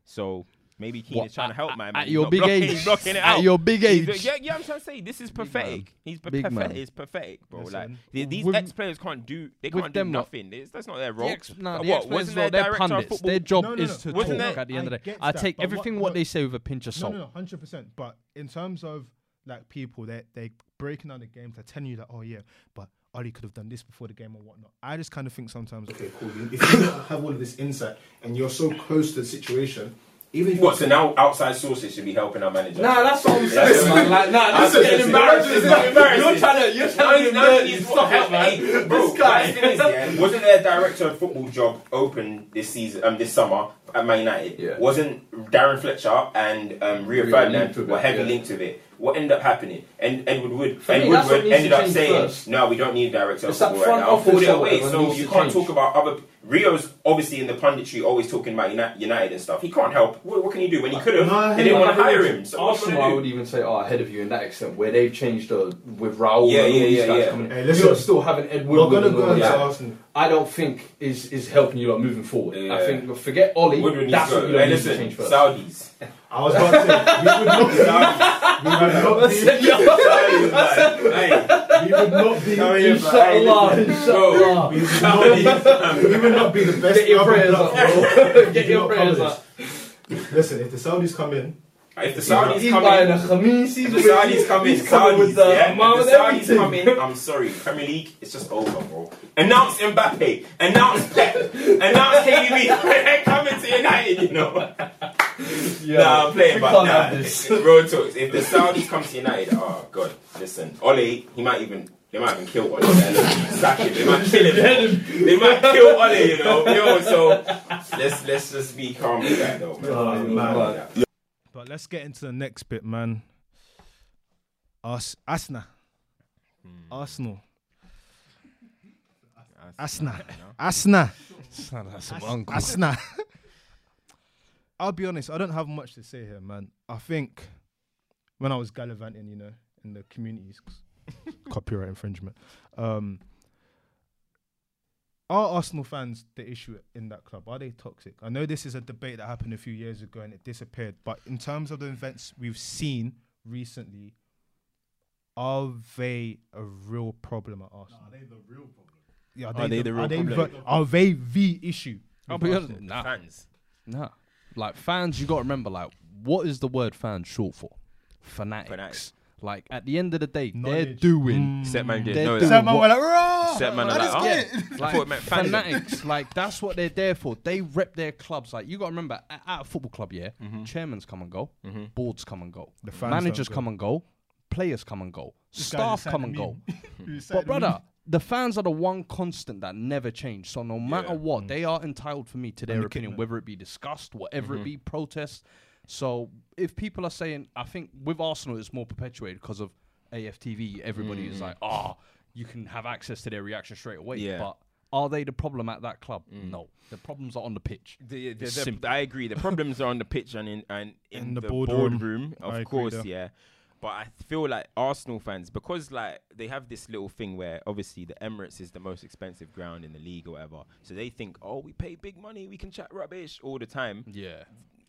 Speaker 3: So maybe Keane
Speaker 2: What,
Speaker 3: is trying to
Speaker 2: at-
Speaker 3: help
Speaker 2: at-
Speaker 3: my man.
Speaker 2: at
Speaker 3: He's
Speaker 2: your
Speaker 3: not
Speaker 2: big
Speaker 3: blocking-
Speaker 2: age.
Speaker 3: he's blocking it
Speaker 2: At
Speaker 3: out.
Speaker 2: your big
Speaker 3: He's
Speaker 2: age.
Speaker 3: yeah, yeah, I'm trying to say this is pathetic. He's
Speaker 2: Big man.
Speaker 3: pathetic. It's pathetic, bro. like
Speaker 1: Listen,
Speaker 3: the- these
Speaker 2: with-
Speaker 3: ex players can't do. They
Speaker 2: with
Speaker 3: can't do
Speaker 2: them lot.
Speaker 3: nothing. It's- that's not
Speaker 2: the
Speaker 3: their role.
Speaker 2: ex, nah,
Speaker 3: But
Speaker 2: the
Speaker 3: what,
Speaker 2: ex players
Speaker 3: wasn't
Speaker 2: as
Speaker 3: their
Speaker 2: well, they're
Speaker 3: director of
Speaker 2: pundits.
Speaker 3: football-
Speaker 2: Their job
Speaker 1: No, no,
Speaker 2: is to
Speaker 1: no.
Speaker 2: talk
Speaker 3: Wasn't there-
Speaker 2: at the end of
Speaker 1: I
Speaker 2: the day.
Speaker 1: get
Speaker 2: I
Speaker 1: that,
Speaker 2: take
Speaker 1: but what-
Speaker 2: everything what
Speaker 1: no.
Speaker 2: they say with a pinch of
Speaker 1: No,
Speaker 2: salt.
Speaker 1: no, no, hundred percent. But in terms of like people, they they breaking down the games. They're telling you that, oh yeah, but Ollie could have done this before the game or whatnot. I just kind of think sometimes. Okay, cool. If you don't have all of this insight and you're so close to the situation, even if
Speaker 3: So now outside sources should be helping our manager.
Speaker 4: Nah, that's what I'm saying, man. Like, nah, this is getting embarrassing.
Speaker 3: It's not embarrassing.
Speaker 4: You're trying to, you're trying to
Speaker 3: No,
Speaker 4: embarrass
Speaker 3: he's
Speaker 4: me.
Speaker 3: what
Speaker 4: Stop it,
Speaker 3: hey,
Speaker 4: man.
Speaker 3: bro,
Speaker 4: This guy.
Speaker 3: but the thing is, yeah, wasn't their director of football job open this season? Um, this summer at Man United.
Speaker 4: Yeah.
Speaker 3: Wasn't Darren Fletcher and um, Rio
Speaker 4: Rio
Speaker 3: Ferdinand
Speaker 4: linked with
Speaker 3: were
Speaker 4: it,
Speaker 3: heavily
Speaker 4: yeah.
Speaker 3: linked with it? what ended up happening? And Edward Wood,
Speaker 5: For me,
Speaker 3: Edward
Speaker 5: that's what
Speaker 3: Wood
Speaker 5: needs to
Speaker 3: ended up
Speaker 5: change
Speaker 3: saying,
Speaker 5: first.
Speaker 3: "No, we don't need direct sales
Speaker 5: It's that
Speaker 3: football right
Speaker 5: front
Speaker 3: now."
Speaker 5: office
Speaker 3: Pull it
Speaker 5: or
Speaker 3: away.
Speaker 5: whatever
Speaker 3: So
Speaker 5: needs
Speaker 3: you
Speaker 5: to
Speaker 3: can't
Speaker 5: change.
Speaker 3: talk about other. Rio's obviously in the punditry, always talking about Uni- United and stuff. He can't help. What, what can he do? When he could have,
Speaker 5: No,
Speaker 3: they didn't
Speaker 5: no,
Speaker 3: want to
Speaker 5: no,
Speaker 3: hire
Speaker 5: no.
Speaker 3: him. So what's he
Speaker 5: Arsenal, I
Speaker 3: gonna
Speaker 5: would
Speaker 3: do?
Speaker 5: even say are ahead of you in that extent, where they've changed the, with Raul
Speaker 3: Yeah,
Speaker 5: and all
Speaker 3: yeah,
Speaker 5: these
Speaker 3: yeah,
Speaker 5: guys
Speaker 3: yeah.
Speaker 5: coming in.
Speaker 1: Hey, listen.
Speaker 5: you're still having Ed
Speaker 1: We're
Speaker 5: Woodward.
Speaker 1: gonna
Speaker 5: and all
Speaker 1: go into
Speaker 5: that.
Speaker 1: Arsenal.
Speaker 5: I don't think is is helping you lot moving forward.
Speaker 3: Yeah.
Speaker 5: I think forget Ollie.
Speaker 3: Woodward needs
Speaker 5: that's
Speaker 3: to
Speaker 5: what
Speaker 3: go.
Speaker 5: you lot
Speaker 3: Hey,
Speaker 5: need to
Speaker 3: listen,
Speaker 5: change first.
Speaker 3: Saudis.
Speaker 1: I was about to say, we would not be, we would not be,
Speaker 3: Hey,
Speaker 1: we would not be,
Speaker 3: Sorry,
Speaker 1: we
Speaker 3: yeah,
Speaker 1: would
Speaker 3: but- hey,
Speaker 5: Allah,
Speaker 3: listen.
Speaker 5: inshallah.
Speaker 1: not be, we would not be the best
Speaker 5: Get your
Speaker 1: album
Speaker 5: prayers up,
Speaker 1: platform.
Speaker 5: bro.
Speaker 1: We
Speaker 5: Get
Speaker 1: do
Speaker 5: your
Speaker 1: not cover
Speaker 5: prayers
Speaker 1: this.
Speaker 5: up.
Speaker 1: Listen, if the Saudis come in,
Speaker 3: If the Saudis
Speaker 5: He's
Speaker 3: come
Speaker 5: buying a
Speaker 3: in,
Speaker 5: Khamis. He's
Speaker 3: if the Saudis come in,
Speaker 5: he's coming
Speaker 3: Saudis,
Speaker 5: with uh, the
Speaker 3: yeah, if
Speaker 5: Imam and
Speaker 3: the Saudis
Speaker 5: everything.
Speaker 3: come in, I'm sorry, Premier League, it's just over, bro. Announce Mbappe, announce Pep, announce KDB, they're coming to United, you know. Nah, I'm playing,
Speaker 5: we
Speaker 3: but
Speaker 5: can't
Speaker 3: nah.
Speaker 5: have this.
Speaker 3: Real talks. If the Saudis come to United, oh god, listen, Ole, he might even. They might even kill Ole. man. Sack him. They might kill him. They might kill Ole. You know. Yo. So let's let's just be calm with that, though. Man.
Speaker 5: Oh,
Speaker 3: Be calm with that.
Speaker 1: but let's get into the next bit, man. Us, Asna, Arsenal, Asna, Asna.
Speaker 2: That's
Speaker 1: That's- That's not. I'll be honest. I don't have much to say here, man. I think when I was gallivanting, you know, in the communities, copyright infringement. Um, are Arsenal fans the issue in that club? Are they toxic? I know this is a debate that happened a few years ago and it disappeared, but in terms of the events we've seen recently, are they a real problem at Arsenal? are they the real problem? Yeah, are, they, the, real are they problem? are they the issue?
Speaker 2: I'll
Speaker 1: with
Speaker 2: be
Speaker 1: Arsenal?
Speaker 2: honest. Nah,
Speaker 3: Fans.
Speaker 2: nah. Like fans, you got to remember, like, what is the word fans short for? Fanatics.
Speaker 3: Fanatics.
Speaker 2: Like at the end of the day, they're
Speaker 1: Knowledge. Mm.
Speaker 2: doing.
Speaker 3: Set man did
Speaker 2: They're
Speaker 3: know
Speaker 2: doing
Speaker 3: that.
Speaker 1: Set man
Speaker 2: what-
Speaker 1: were like, "Rah!"
Speaker 3: Set man
Speaker 1: I
Speaker 3: are like,
Speaker 1: just
Speaker 3: "Oh."
Speaker 1: get it.
Speaker 3: I thought it meant fandom.
Speaker 2: fanatics. like that's what they're there for. They rep their clubs. Like you got to remember, at, at a football club, yeah,
Speaker 3: Mm-hmm.
Speaker 2: chairmans come and go, boards come and go,
Speaker 1: The fans
Speaker 2: managers
Speaker 1: don't go.
Speaker 2: come and go, players come and go,
Speaker 1: This guy
Speaker 2: staff
Speaker 1: just had
Speaker 2: come
Speaker 1: the
Speaker 2: and go.
Speaker 1: meme. He was
Speaker 2: But
Speaker 1: saying the meme.
Speaker 2: brother, the fans are the one constant that never change. So no matter
Speaker 3: Yeah. Mm.
Speaker 2: what, they are entitled for me to their
Speaker 1: the
Speaker 2: opinion,
Speaker 1: kitman.
Speaker 2: whether it be discussed, whatever
Speaker 3: Mm-hmm.
Speaker 2: it be, protest. So if people are saying, I think with Arsenal it's more perpetuated because of AFTV. Everybody is like, ah, you can have access to their reaction straight away.
Speaker 3: Mm-hmm. Yeah. Mm.
Speaker 2: But are they the problem at that club? No, the problems are on the pitch.
Speaker 3: The, the,
Speaker 2: It's
Speaker 3: the-
Speaker 2: simple.
Speaker 3: I agree. The problems are on the pitch and in and in,
Speaker 1: In
Speaker 3: the,
Speaker 1: the
Speaker 3: boardroom,
Speaker 1: boardroom.
Speaker 3: of
Speaker 1: I agree
Speaker 3: course,
Speaker 1: there.
Speaker 3: yeah. But I feel like Arsenal fans, because like they have this little thing where obviously the Emirates is the most expensive ground in the league or whatever, so they think, oh, we pay big money, we can chat rubbish all the time.
Speaker 2: Yeah,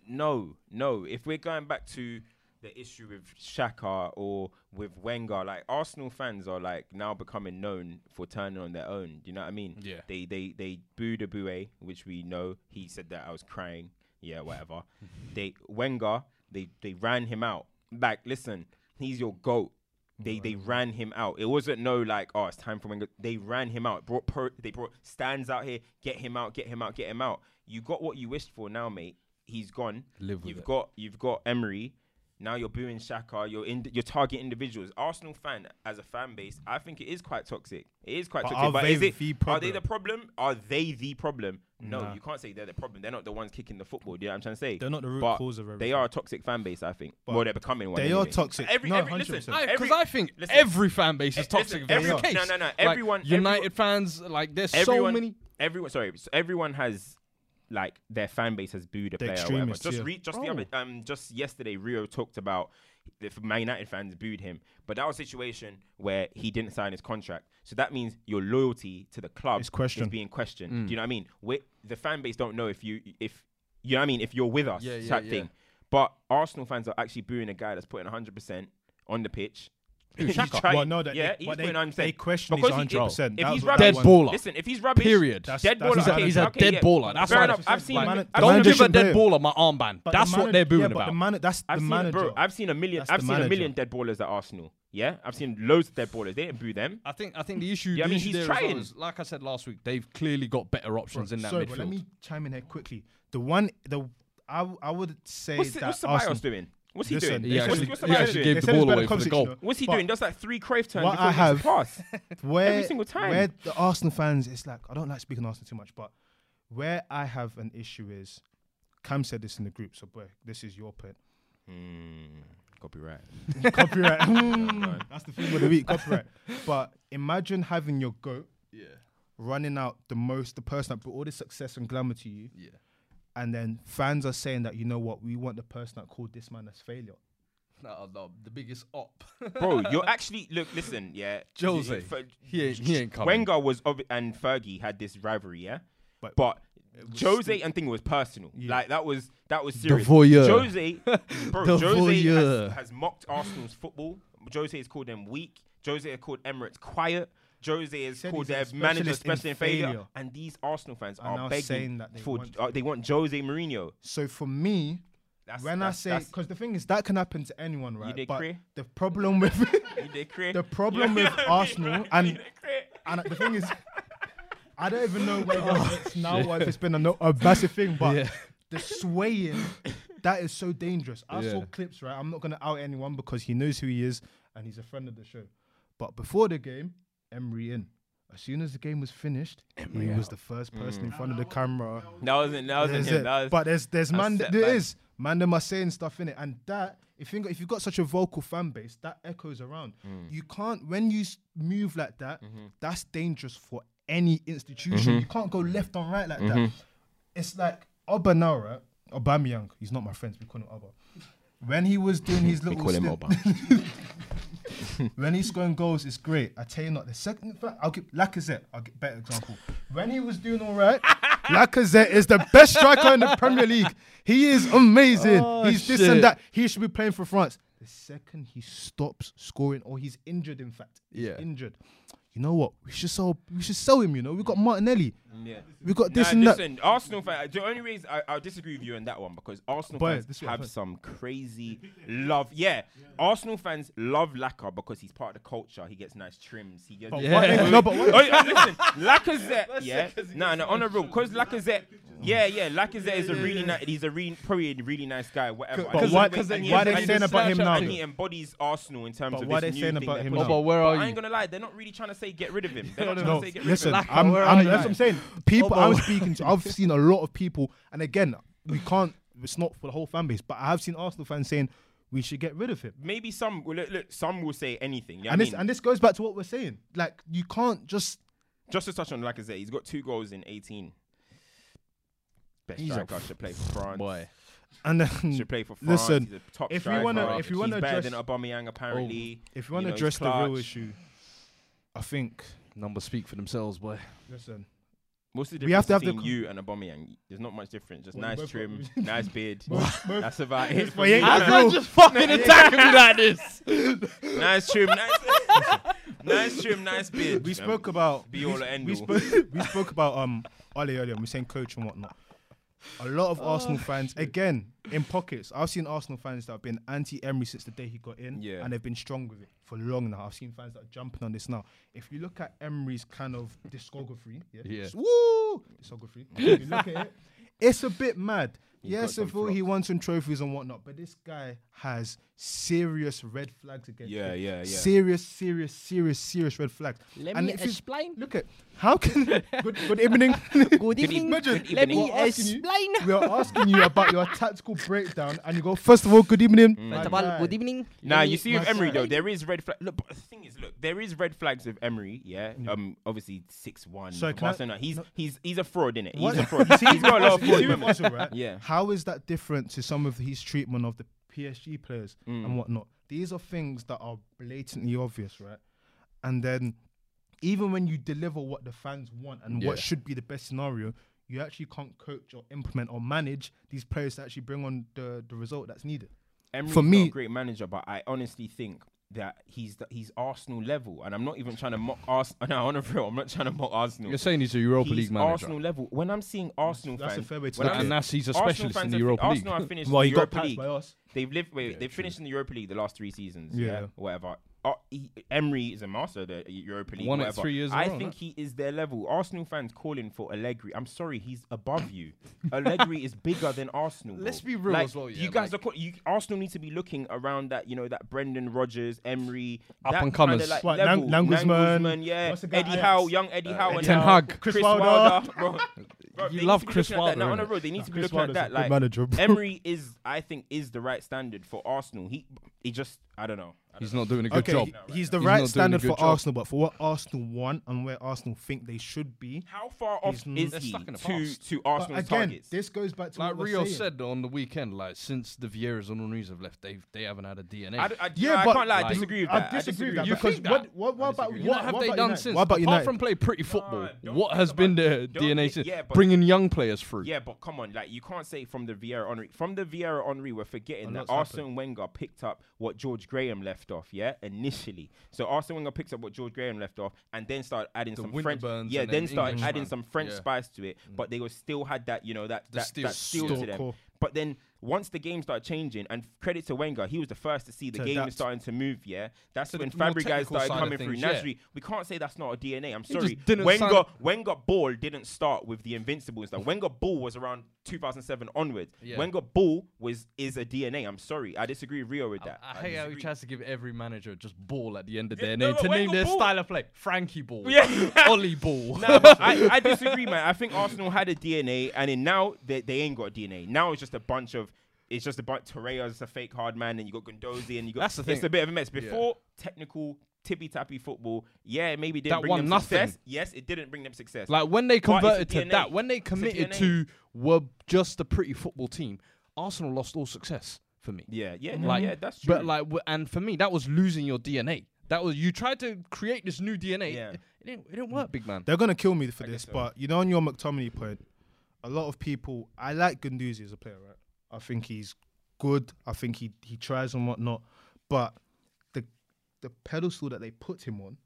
Speaker 3: No, no. If we're going back to the issue with Shaka or with Wenger, like Arsenal fans are like now becoming known for turning on their own. Do you know what I mean?
Speaker 2: Yeah.
Speaker 3: They they they booed Abue, which we know. He said that I was crying. Yeah, whatever. they Wenger, they they ran him out. Like, listen, he's your goat. They they ran him out. It wasn't no like, oh, it's time for Wenger. They ran him out. Brought per- they brought stands out here. Get him out. Get him out. Get him out. You got what you wished for now, mate. He's gone.
Speaker 2: Live with
Speaker 3: you've
Speaker 2: it.
Speaker 3: got you've got Emery. Now you're booing Shaka. You're in. You're targeting individuals. Arsenal fan as a fan base, I think it is quite toxic. It is quite
Speaker 1: But
Speaker 3: toxic.
Speaker 1: are
Speaker 3: but
Speaker 1: they
Speaker 3: is it?
Speaker 1: the
Speaker 3: Are
Speaker 1: problem?
Speaker 3: they the problem? Are they the problem? No,
Speaker 1: Nah.
Speaker 3: you can't say they're the problem. They're not the ones kicking the football. Do you know what I'm trying to say?
Speaker 1: They're not the root
Speaker 3: But
Speaker 1: cause of everything.
Speaker 3: They are a toxic fan base, I think.
Speaker 1: But
Speaker 3: well, they're becoming one.
Speaker 1: they
Speaker 3: anyway.
Speaker 1: are toxic.
Speaker 3: Every,
Speaker 1: No,
Speaker 3: every, listen,
Speaker 1: 100%.
Speaker 2: I
Speaker 3: every-
Speaker 2: because I think
Speaker 3: listen,
Speaker 2: every fan base is
Speaker 3: Eh, listen,
Speaker 2: toxic. if that's the
Speaker 3: everyone-
Speaker 2: case.
Speaker 3: no, no, no,
Speaker 2: Like,
Speaker 3: everyone- everyone-
Speaker 2: United fans, like there's
Speaker 3: everyone,
Speaker 2: so many.
Speaker 3: Everyone, sorry, so everyone has like their fan base has booed a player. Or whatever.
Speaker 1: extremists,
Speaker 3: Just
Speaker 1: yeah.
Speaker 3: re- just the
Speaker 2: Oh.
Speaker 3: other, um, just yesterday, Rio talked about if Man United fans booed him, but that was a situation where he didn't sign his contract. So that means your loyalty to the club
Speaker 1: It's questioned.
Speaker 3: is being questioned.
Speaker 2: Mm.
Speaker 3: Do you know what I mean? we the fan base don't know if you if you know what I mean if you're with us
Speaker 2: Yeah, yeah,
Speaker 3: type
Speaker 2: yeah.
Speaker 3: thing. But Arsenal fans are actually booing a guy that's putting 100 percent on the pitch. He's
Speaker 2: Shaka?
Speaker 3: trying-
Speaker 1: Well, no, that-
Speaker 3: yeah,
Speaker 1: they-
Speaker 3: he's
Speaker 1: but they-
Speaker 3: putting 100%.
Speaker 1: they question his
Speaker 3: Because he- if-
Speaker 1: 100%.
Speaker 3: If
Speaker 1: That
Speaker 3: he's
Speaker 1: was what
Speaker 3: rubbish,
Speaker 2: Dead baller.
Speaker 3: Listen, if he's rubbish,
Speaker 2: Period.
Speaker 1: That's-
Speaker 3: dead
Speaker 1: that's
Speaker 3: baller.
Speaker 1: his
Speaker 3: okay,
Speaker 2: He's
Speaker 1: He's
Speaker 2: a
Speaker 3: okay,
Speaker 2: dead
Speaker 3: yeah.
Speaker 2: baller. That's
Speaker 3: Fair
Speaker 2: why
Speaker 3: enough. I've seen.
Speaker 1: man-
Speaker 3: I've
Speaker 1: the
Speaker 3: seen
Speaker 2: Don't
Speaker 1: manager
Speaker 3: a
Speaker 2: give a
Speaker 1: should
Speaker 3: million-
Speaker 2: dead
Speaker 1: blame.
Speaker 2: baller my armband.
Speaker 1: But the
Speaker 2: That's what
Speaker 1: manag-
Speaker 2: they're booing
Speaker 1: yeah, But
Speaker 2: about.
Speaker 1: the man, that's
Speaker 3: I've
Speaker 1: the
Speaker 3: seen, a-
Speaker 1: manager.
Speaker 3: bro, I've seen a million.
Speaker 1: That's
Speaker 3: I've
Speaker 1: the
Speaker 3: seen a
Speaker 1: manager.
Speaker 3: million dead ballers at Arsenal. Yeah, I've seen loads of dead ballers. They didn't boo them.
Speaker 2: I think I think the issue.
Speaker 3: Yeah,
Speaker 2: the
Speaker 3: I mean,
Speaker 2: issue
Speaker 3: he's
Speaker 2: there as well
Speaker 3: trying.
Speaker 2: is, like I said last week, they've clearly got better options in that
Speaker 1: Sorry,
Speaker 2: midfield.
Speaker 1: but let me chime in here quickly. The one, the I, w- I would say
Speaker 3: What's,
Speaker 1: that
Speaker 3: what's
Speaker 1: Arsenal-
Speaker 3: Ceballos doing? What's he
Speaker 1: Listen,
Speaker 3: doing?
Speaker 2: he
Speaker 3: What's-
Speaker 2: actually-
Speaker 3: what's
Speaker 2: he
Speaker 3: Ceballos
Speaker 2: actually gave
Speaker 3: doing?
Speaker 1: They
Speaker 2: the
Speaker 1: said it's
Speaker 2: ball
Speaker 1: better
Speaker 2: away for the
Speaker 1: conversation,
Speaker 2: goal.
Speaker 1: though.
Speaker 3: What's he
Speaker 1: But
Speaker 3: doing? Does like three Crave turns
Speaker 1: What
Speaker 3: before
Speaker 1: I
Speaker 3: he gets
Speaker 1: have-
Speaker 3: a pass.
Speaker 1: where
Speaker 3: Every single time.
Speaker 1: Where the Arsenal fans, it's like I don't like speaking Arsenal too much, but where I have an issue is Cam said this in the group, so boy, this is your point.
Speaker 3: Hmm, Copyright.
Speaker 1: copyright.
Speaker 3: go on.
Speaker 1: That's the thing with the week, copyright. But imagine having your goat
Speaker 2: Yeah.
Speaker 1: running out the most, the person that brought all this success and glamour to you,
Speaker 2: Yeah.
Speaker 1: and then fans are saying that you know what, we want the person that called this man as failure.
Speaker 2: No, no, the biggest op.
Speaker 3: Bro, you're actually look. Listen, yeah.
Speaker 2: Jose.
Speaker 3: Fer-
Speaker 2: He ain't, he ain't coming.
Speaker 3: Wenger was obvi- and Fergie had this rivalry, yeah.
Speaker 1: But-
Speaker 3: But, Jose and thing was personal. Like that was that was serious.
Speaker 2: voyeur.
Speaker 3: Jose, bro,
Speaker 2: The
Speaker 3: Jose
Speaker 2: voyeur.
Speaker 3: has, has mocked Arsenal's football. Jose has called them weak. Jose has called Emirates quiet. Jose has
Speaker 1: said
Speaker 3: called
Speaker 1: he's a
Speaker 3: their
Speaker 1: specialist
Speaker 3: manager
Speaker 1: in
Speaker 3: special in failure.
Speaker 1: failure.
Speaker 3: And these Arsenal fans
Speaker 1: Are
Speaker 3: are,
Speaker 1: now
Speaker 3: begging
Speaker 1: saying that they
Speaker 3: for
Speaker 1: want-
Speaker 3: uh, they want Jose Mourinho.
Speaker 1: So for me,
Speaker 3: That's,
Speaker 1: when
Speaker 3: that's,
Speaker 1: I say,
Speaker 3: that's,
Speaker 1: because the thing is that can happen to anyone, right?
Speaker 3: did
Speaker 1: but
Speaker 3: cray?
Speaker 1: the problem with
Speaker 3: they create-
Speaker 1: the problem with Arsenal
Speaker 3: You
Speaker 1: and
Speaker 3: did create-
Speaker 1: and the thing is, I don't even know whether it's now or if it's been a, no, a massive thing, but
Speaker 2: Oh, Yeah.
Speaker 1: the swaying that is so dangerous. I saw
Speaker 2: Yeah.
Speaker 1: clips, right? I'm not gonna out anyone because he knows who he is and he's a friend of the show. But before the game, Emery in. As soon as the game was finished, he was the
Speaker 2: Mm.
Speaker 1: first person in front of the camera.
Speaker 3: that wasn't that wasn't
Speaker 1: That's
Speaker 3: him.
Speaker 1: it.
Speaker 3: That was,
Speaker 1: but there's there's man
Speaker 3: set
Speaker 1: there
Speaker 3: back.
Speaker 1: is man them are saying stuff in it, and that if you if you've got such a vocal fan base, that echoes around.
Speaker 3: Mm.
Speaker 1: You can't when you s- move like that,
Speaker 3: Mm-hmm.
Speaker 1: that's dangerous for any institution. You can't go left and right like
Speaker 3: Mm-hmm.
Speaker 1: that. It's like Oba now, right? Aubameyang, he's not my friend. We call him Oba. When he was doing his little, stint- when he's scoring goals, it's great. I tell you not. The second, in fact, I'll give Lacazette. I'll get better example. When he was doing all right, Lacazette is the best striker in the Premier League. He is amazing. he's this
Speaker 2: Oh, shit.
Speaker 1: and that. He should be playing for France. The second he stops scoring, or he's injured, in fact, he's
Speaker 2: Yeah.
Speaker 1: injured. You know what? We should sell. We should sell him. You know, we got Martinelli.
Speaker 3: yeah.
Speaker 1: We got this
Speaker 3: Nah,
Speaker 1: and that.
Speaker 3: listen, Arsenal fan. The only reason I, I disagree with you on that one because Arsenal
Speaker 1: Boy, this
Speaker 3: fans
Speaker 1: is what I
Speaker 3: have
Speaker 1: said.
Speaker 3: some crazy love. Yeah, Arsenal fans love Laka because he's part of the culture. He gets nice trims. He gets.
Speaker 1: What if- no, but what if-
Speaker 3: Oh, yeah, listen, Lacazette. yeah, no, no, on a real, because Lacazette. Yeah, yeah, Lacazette is a really nice. He's a really, probably a really nice guy. Whatever.
Speaker 1: But
Speaker 3: And he's
Speaker 1: why-
Speaker 3: a great-
Speaker 1: why
Speaker 3: and he
Speaker 1: they
Speaker 3: has-
Speaker 1: saying
Speaker 3: and he's-
Speaker 1: about him now,
Speaker 3: And he
Speaker 1: though?
Speaker 3: embodies Arsenal in terms
Speaker 1: But
Speaker 3: of
Speaker 1: why
Speaker 3: this
Speaker 1: they
Speaker 3: new
Speaker 1: saying
Speaker 3: thing
Speaker 1: about
Speaker 3: they're
Speaker 1: him
Speaker 3: pushing.
Speaker 1: now?
Speaker 2: Oba, where are
Speaker 3: I ain't
Speaker 2: you?
Speaker 3: gonna lie, they're not really trying to say get rid of him. They're not trying
Speaker 1: No,
Speaker 3: to say get rid of
Speaker 1: listen,
Speaker 3: him.
Speaker 2: Lacazette,
Speaker 1: I'm,
Speaker 2: where
Speaker 1: I'm-
Speaker 2: are
Speaker 1: that's
Speaker 2: you?
Speaker 1: what I'm saying. People
Speaker 2: Oba,
Speaker 1: I'm
Speaker 2: where-
Speaker 1: speaking to, I've seen a lot of people, and again, we can't, it's not for the whole fan base, but I have seen Arsenal fans saying we should get rid of him.
Speaker 3: Maybe some will look, look, some will say anything. You know what
Speaker 1: And
Speaker 3: I
Speaker 1: this,
Speaker 3: mean?
Speaker 1: and this goes back to what we're saying. Like, you can't just.
Speaker 3: Just to touch on Lacazette, he's got two goals in 18. Best
Speaker 2: He's a
Speaker 3: striker should play for France.
Speaker 2: Boy.
Speaker 1: And
Speaker 3: Should
Speaker 1: then,
Speaker 3: play for France.
Speaker 1: Listen,
Speaker 3: he's a top
Speaker 1: if we
Speaker 3: striker.
Speaker 1: wanna- if we
Speaker 3: he's
Speaker 1: wanna
Speaker 3: better
Speaker 1: address-
Speaker 3: than Aubameyang apparently.
Speaker 1: if you want to
Speaker 3: know, he's
Speaker 1: address the real
Speaker 3: clutch.
Speaker 1: issue, I think,
Speaker 2: Numbers speak for themselves, boy.
Speaker 1: listen,
Speaker 3: What's the difference
Speaker 1: We have to have the
Speaker 3: between
Speaker 1: con-
Speaker 3: you and Aubameyang? There's not much difference. Just
Speaker 1: Well,
Speaker 3: nice
Speaker 1: both-
Speaker 3: trim, nice beard.
Speaker 1: Both- both-
Speaker 3: That's about it.
Speaker 1: Well, he ain't got
Speaker 2: How's
Speaker 1: Yeah.
Speaker 2: that just fucking attacking me like this?
Speaker 3: nice trim, nice, nice trim, nice beard.
Speaker 1: we spoke about.
Speaker 3: be all
Speaker 1: we,
Speaker 3: and
Speaker 1: we,
Speaker 3: end all.
Speaker 1: spoke, we spoke about um, Ole earlier, and we're saying coach and whatnot. A lot
Speaker 3: Oh,
Speaker 1: of Arsenal fans, again, in pockets. I've seen Arsenal fans that have been anti Emery since the day he got in,
Speaker 3: Yeah.
Speaker 1: and they've been strong with it for long now. I've seen fans that are jumping on this now. If you look at Emery's kind of discography, yeah,
Speaker 2: Yeah.
Speaker 1: s- woo, discography. if you look at it, it's a bit mad.
Speaker 3: got
Speaker 1: yes,
Speaker 3: some
Speaker 1: of all he won some trophies and whatnot, but this guy has serious red flags against
Speaker 3: Yeah,
Speaker 1: him.
Speaker 3: yeah, yeah.
Speaker 1: Serious, serious, serious, serious red flags.
Speaker 6: Let
Speaker 1: And
Speaker 6: me
Speaker 1: if you-
Speaker 6: explain.
Speaker 1: Look at how can good, good evening.
Speaker 6: Good
Speaker 3: e-
Speaker 6: evening.
Speaker 1: Imagine
Speaker 6: Let
Speaker 1: we're
Speaker 6: me
Speaker 1: asking you-
Speaker 6: explain.
Speaker 1: we are asking you about your tactical breakdown, and you go first of all, good evening.
Speaker 3: Mm.
Speaker 6: First of all, good evening.
Speaker 3: Now
Speaker 6: Let me
Speaker 3: you see with
Speaker 1: my
Speaker 3: Emery
Speaker 1: side.
Speaker 3: though, there is red flag. Look, but the thing is, look, there is red flags with Emery. Yeah, um, obviously six one.
Speaker 1: Sorry, Mm. can I-
Speaker 3: he's he's he's a fraud in it. He's
Speaker 1: What-
Speaker 3: a fraud.
Speaker 1: You see
Speaker 3: he's got a lot of
Speaker 1: with Ozil- you
Speaker 3: fraud.
Speaker 1: see with
Speaker 3: moments.
Speaker 1: Ozil, right?
Speaker 3: Yeah.
Speaker 1: How is that different to some of his treatment of the PSG players
Speaker 3: Mm.
Speaker 1: and whatnot? These are things that are blatantly obvious, right? And then even when you deliver what the fans want and what
Speaker 2: Yeah.
Speaker 1: should be the best scenario, you actually can't coach or implement or manage these players to actually bring on the, the result that's needed.
Speaker 3: Emery's
Speaker 1: For
Speaker 3: for
Speaker 1: me-
Speaker 3: a great manager, but I honestly think that he's the, he's Arsenal level, and I'm not even trying to mock Arsenal. No, on a real, I'm not trying to mock Arsenal.
Speaker 2: You're saying he's a Europa
Speaker 3: He's
Speaker 2: League manager.
Speaker 3: Arsenal level. When I'm seeing Arsenal
Speaker 1: That's a
Speaker 3: fans,
Speaker 1: fair way to
Speaker 3: when
Speaker 1: look at
Speaker 3: I'm
Speaker 1: it.
Speaker 2: and that's he's a
Speaker 3: Arsenal
Speaker 2: specialist in
Speaker 3: fans
Speaker 2: the
Speaker 3: have-
Speaker 2: Europa League.
Speaker 3: Arsenal have finished
Speaker 1: Well,
Speaker 3: the
Speaker 1: he got
Speaker 3: Europa
Speaker 1: passed
Speaker 3: League.
Speaker 1: by us.
Speaker 3: They've lived. Wait, they've finished in the Europa League the last three seasons.
Speaker 1: Yeah.
Speaker 3: Yeah, whatever. Uh, he, Emery is a master of the Europa League.
Speaker 2: Won it
Speaker 3: whatever.
Speaker 2: three years in a
Speaker 3: I
Speaker 2: row,
Speaker 3: think he is their level. Arsenal fans calling for Allegri. I'm sorry, he's above you. Allegri is bigger than Arsenal. bro.
Speaker 2: Let's be real
Speaker 3: Like,
Speaker 2: as well, yeah,
Speaker 3: you guys
Speaker 2: like-
Speaker 3: are. Call- you, Arsenal need to be looking around that. You know that Brendan Rodgers, Emery,
Speaker 2: Up
Speaker 3: that
Speaker 2: and
Speaker 3: kinda,
Speaker 2: comers.
Speaker 3: Like,
Speaker 1: What,
Speaker 3: level.
Speaker 1: Nang- Nagelsmann?
Speaker 3: Nagelsmann, yeah,
Speaker 1: What's the guy,
Speaker 3: Eddie
Speaker 1: Ajax?
Speaker 3: Howe, young Eddie Howe, and
Speaker 2: Uh, Ten
Speaker 3: now
Speaker 2: Hag.
Speaker 1: Chris
Speaker 3: Chris Wilder.
Speaker 1: Wilder.
Speaker 3: bro. Bro,
Speaker 2: You
Speaker 3: they
Speaker 2: love
Speaker 3: need to be
Speaker 2: Chris
Speaker 3: looking at
Speaker 2: Wilder,
Speaker 3: that. No, no,
Speaker 2: innit?
Speaker 3: bro, they need to be
Speaker 1: Chris
Speaker 3: looking at
Speaker 1: Wilder's a
Speaker 3: that.
Speaker 1: good
Speaker 3: Like
Speaker 1: manager, bro.
Speaker 3: Emery is, I think, is the right standard for Arsenal. He, he just, I don't know. I don't
Speaker 2: He's
Speaker 3: know.
Speaker 2: not doing a good
Speaker 1: Okay,
Speaker 2: job.
Speaker 1: he- he's the
Speaker 2: He's not doing
Speaker 1: right
Speaker 2: a
Speaker 1: standard
Speaker 2: good
Speaker 1: for
Speaker 2: job.
Speaker 1: Arsenal, but for what Arsenal want and where Arsenal think they should be.
Speaker 3: How far off
Speaker 1: He's n-
Speaker 3: is
Speaker 2: They're
Speaker 3: he
Speaker 2: stuck in the
Speaker 3: to
Speaker 2: past.
Speaker 3: to
Speaker 1: But
Speaker 3: Arsenal's
Speaker 1: again,
Speaker 3: targets?
Speaker 1: this goes back to
Speaker 2: Like
Speaker 1: what we're
Speaker 2: Rio
Speaker 1: saying.
Speaker 2: said on the weekend, like since the Vieiras and Henrys have left, they they haven't had a DNA.
Speaker 3: I, d- I,
Speaker 1: Yeah,
Speaker 3: yeah, I
Speaker 1: but-
Speaker 3: can't lie. I
Speaker 2: Like-
Speaker 3: disagree with
Speaker 1: I
Speaker 3: that.
Speaker 1: disagree with
Speaker 3: with
Speaker 1: that
Speaker 2: You
Speaker 3: that.
Speaker 1: because
Speaker 2: think that?
Speaker 1: what, what, what about
Speaker 3: disagree.
Speaker 1: what,
Speaker 2: what have
Speaker 1: what
Speaker 2: they
Speaker 1: about
Speaker 2: done
Speaker 1: United?
Speaker 2: since?
Speaker 1: What about
Speaker 2: Apart
Speaker 1: United?
Speaker 2: from play pretty football,
Speaker 3: don't
Speaker 2: what
Speaker 3: think
Speaker 2: has been
Speaker 3: about-
Speaker 2: their
Speaker 3: don't
Speaker 2: DNA
Speaker 3: think-
Speaker 2: since?
Speaker 3: yeah, but-
Speaker 2: Bringing young players through.
Speaker 3: Yeah, but come on, like you can't say from the Vieira Henry. From the Vieira Henry, we're forgetting that
Speaker 1: lot's happened.
Speaker 3: Arsene Wenger picked up what George Graham left off. Yeah, initially. So Arsene Wenger picked up what George Graham left off, and then started adding
Speaker 2: The
Speaker 3: some French.
Speaker 2: Winterburns
Speaker 3: Yeah,
Speaker 2: and
Speaker 3: then
Speaker 2: then
Speaker 3: started
Speaker 2: Englishman.
Speaker 3: adding some French
Speaker 2: Yeah. Mm.
Speaker 3: spice to it, but they were still had that you know that that
Speaker 2: steel
Speaker 3: that steel to them.
Speaker 1: Stalker.
Speaker 3: But then once the game started changing, and credit to Wenger, he was the first to see the
Speaker 1: To
Speaker 3: game
Speaker 1: adapt.
Speaker 3: was starting to move. Yeah, that's
Speaker 2: To the
Speaker 3: when
Speaker 2: more
Speaker 3: Fabregas
Speaker 2: technical
Speaker 3: started
Speaker 2: side of
Speaker 3: coming through.
Speaker 2: things, yeah.
Speaker 3: Nasri, we can't say that's not a DNA. I'm
Speaker 2: just
Speaker 3: sorry.
Speaker 2: didn't
Speaker 3: Wenger
Speaker 2: sign-
Speaker 3: Wenger Ball didn't start with the Invincibles. Now Wenger Ball was around 2007 onwards.
Speaker 2: Yeah.
Speaker 3: Wenger Ball was is a DNA. I'm sorry, I disagree with Rio with that.
Speaker 2: I, I hate how he
Speaker 3: disagree.
Speaker 2: tries to give every manager just ball at the end of their
Speaker 3: no,
Speaker 2: name
Speaker 3: but
Speaker 2: to name
Speaker 3: Wenger
Speaker 2: their
Speaker 3: ball.
Speaker 2: style of play. Frankie ball.
Speaker 3: Yeah.
Speaker 2: Ollie ball.
Speaker 3: Nah, but I, I disagree, man. I think Arsenal had a DNA, and then now they, they ain't got a DNA. Now it's just a bunch of it's just a bunch. Torreira's a fake hard man, and you got Gundozi, and you got
Speaker 2: That's the
Speaker 3: It's
Speaker 2: thing.
Speaker 3: a bit of a mess. Before technical tippy tappy football, yeah, it maybe didn't
Speaker 2: That
Speaker 3: bring
Speaker 2: won
Speaker 3: them
Speaker 2: nothing.
Speaker 3: success. Yes, it didn't bring them success.
Speaker 2: Like when they
Speaker 3: But it's
Speaker 2: converted
Speaker 3: a
Speaker 2: to
Speaker 3: DNA.
Speaker 2: that, when they
Speaker 3: It's a
Speaker 2: committed
Speaker 3: DNA.
Speaker 2: to were just a pretty football team, Arsenal lost all success for me.
Speaker 3: yeah, yeah, no,
Speaker 2: Like,
Speaker 3: yeah, that's true.
Speaker 2: But like, w- and for me, that was losing your DNA. That was you tried to create this new DNA.
Speaker 3: Yeah.
Speaker 2: It, it didn't, it didn't work, big man.
Speaker 1: They're gonna kill me for this, but you know, on your McTominay point, a lot of people. I like Gunduzi as a player, right? I think he's good. I think he he tries and whatnot, but the the pedestal that they put him on,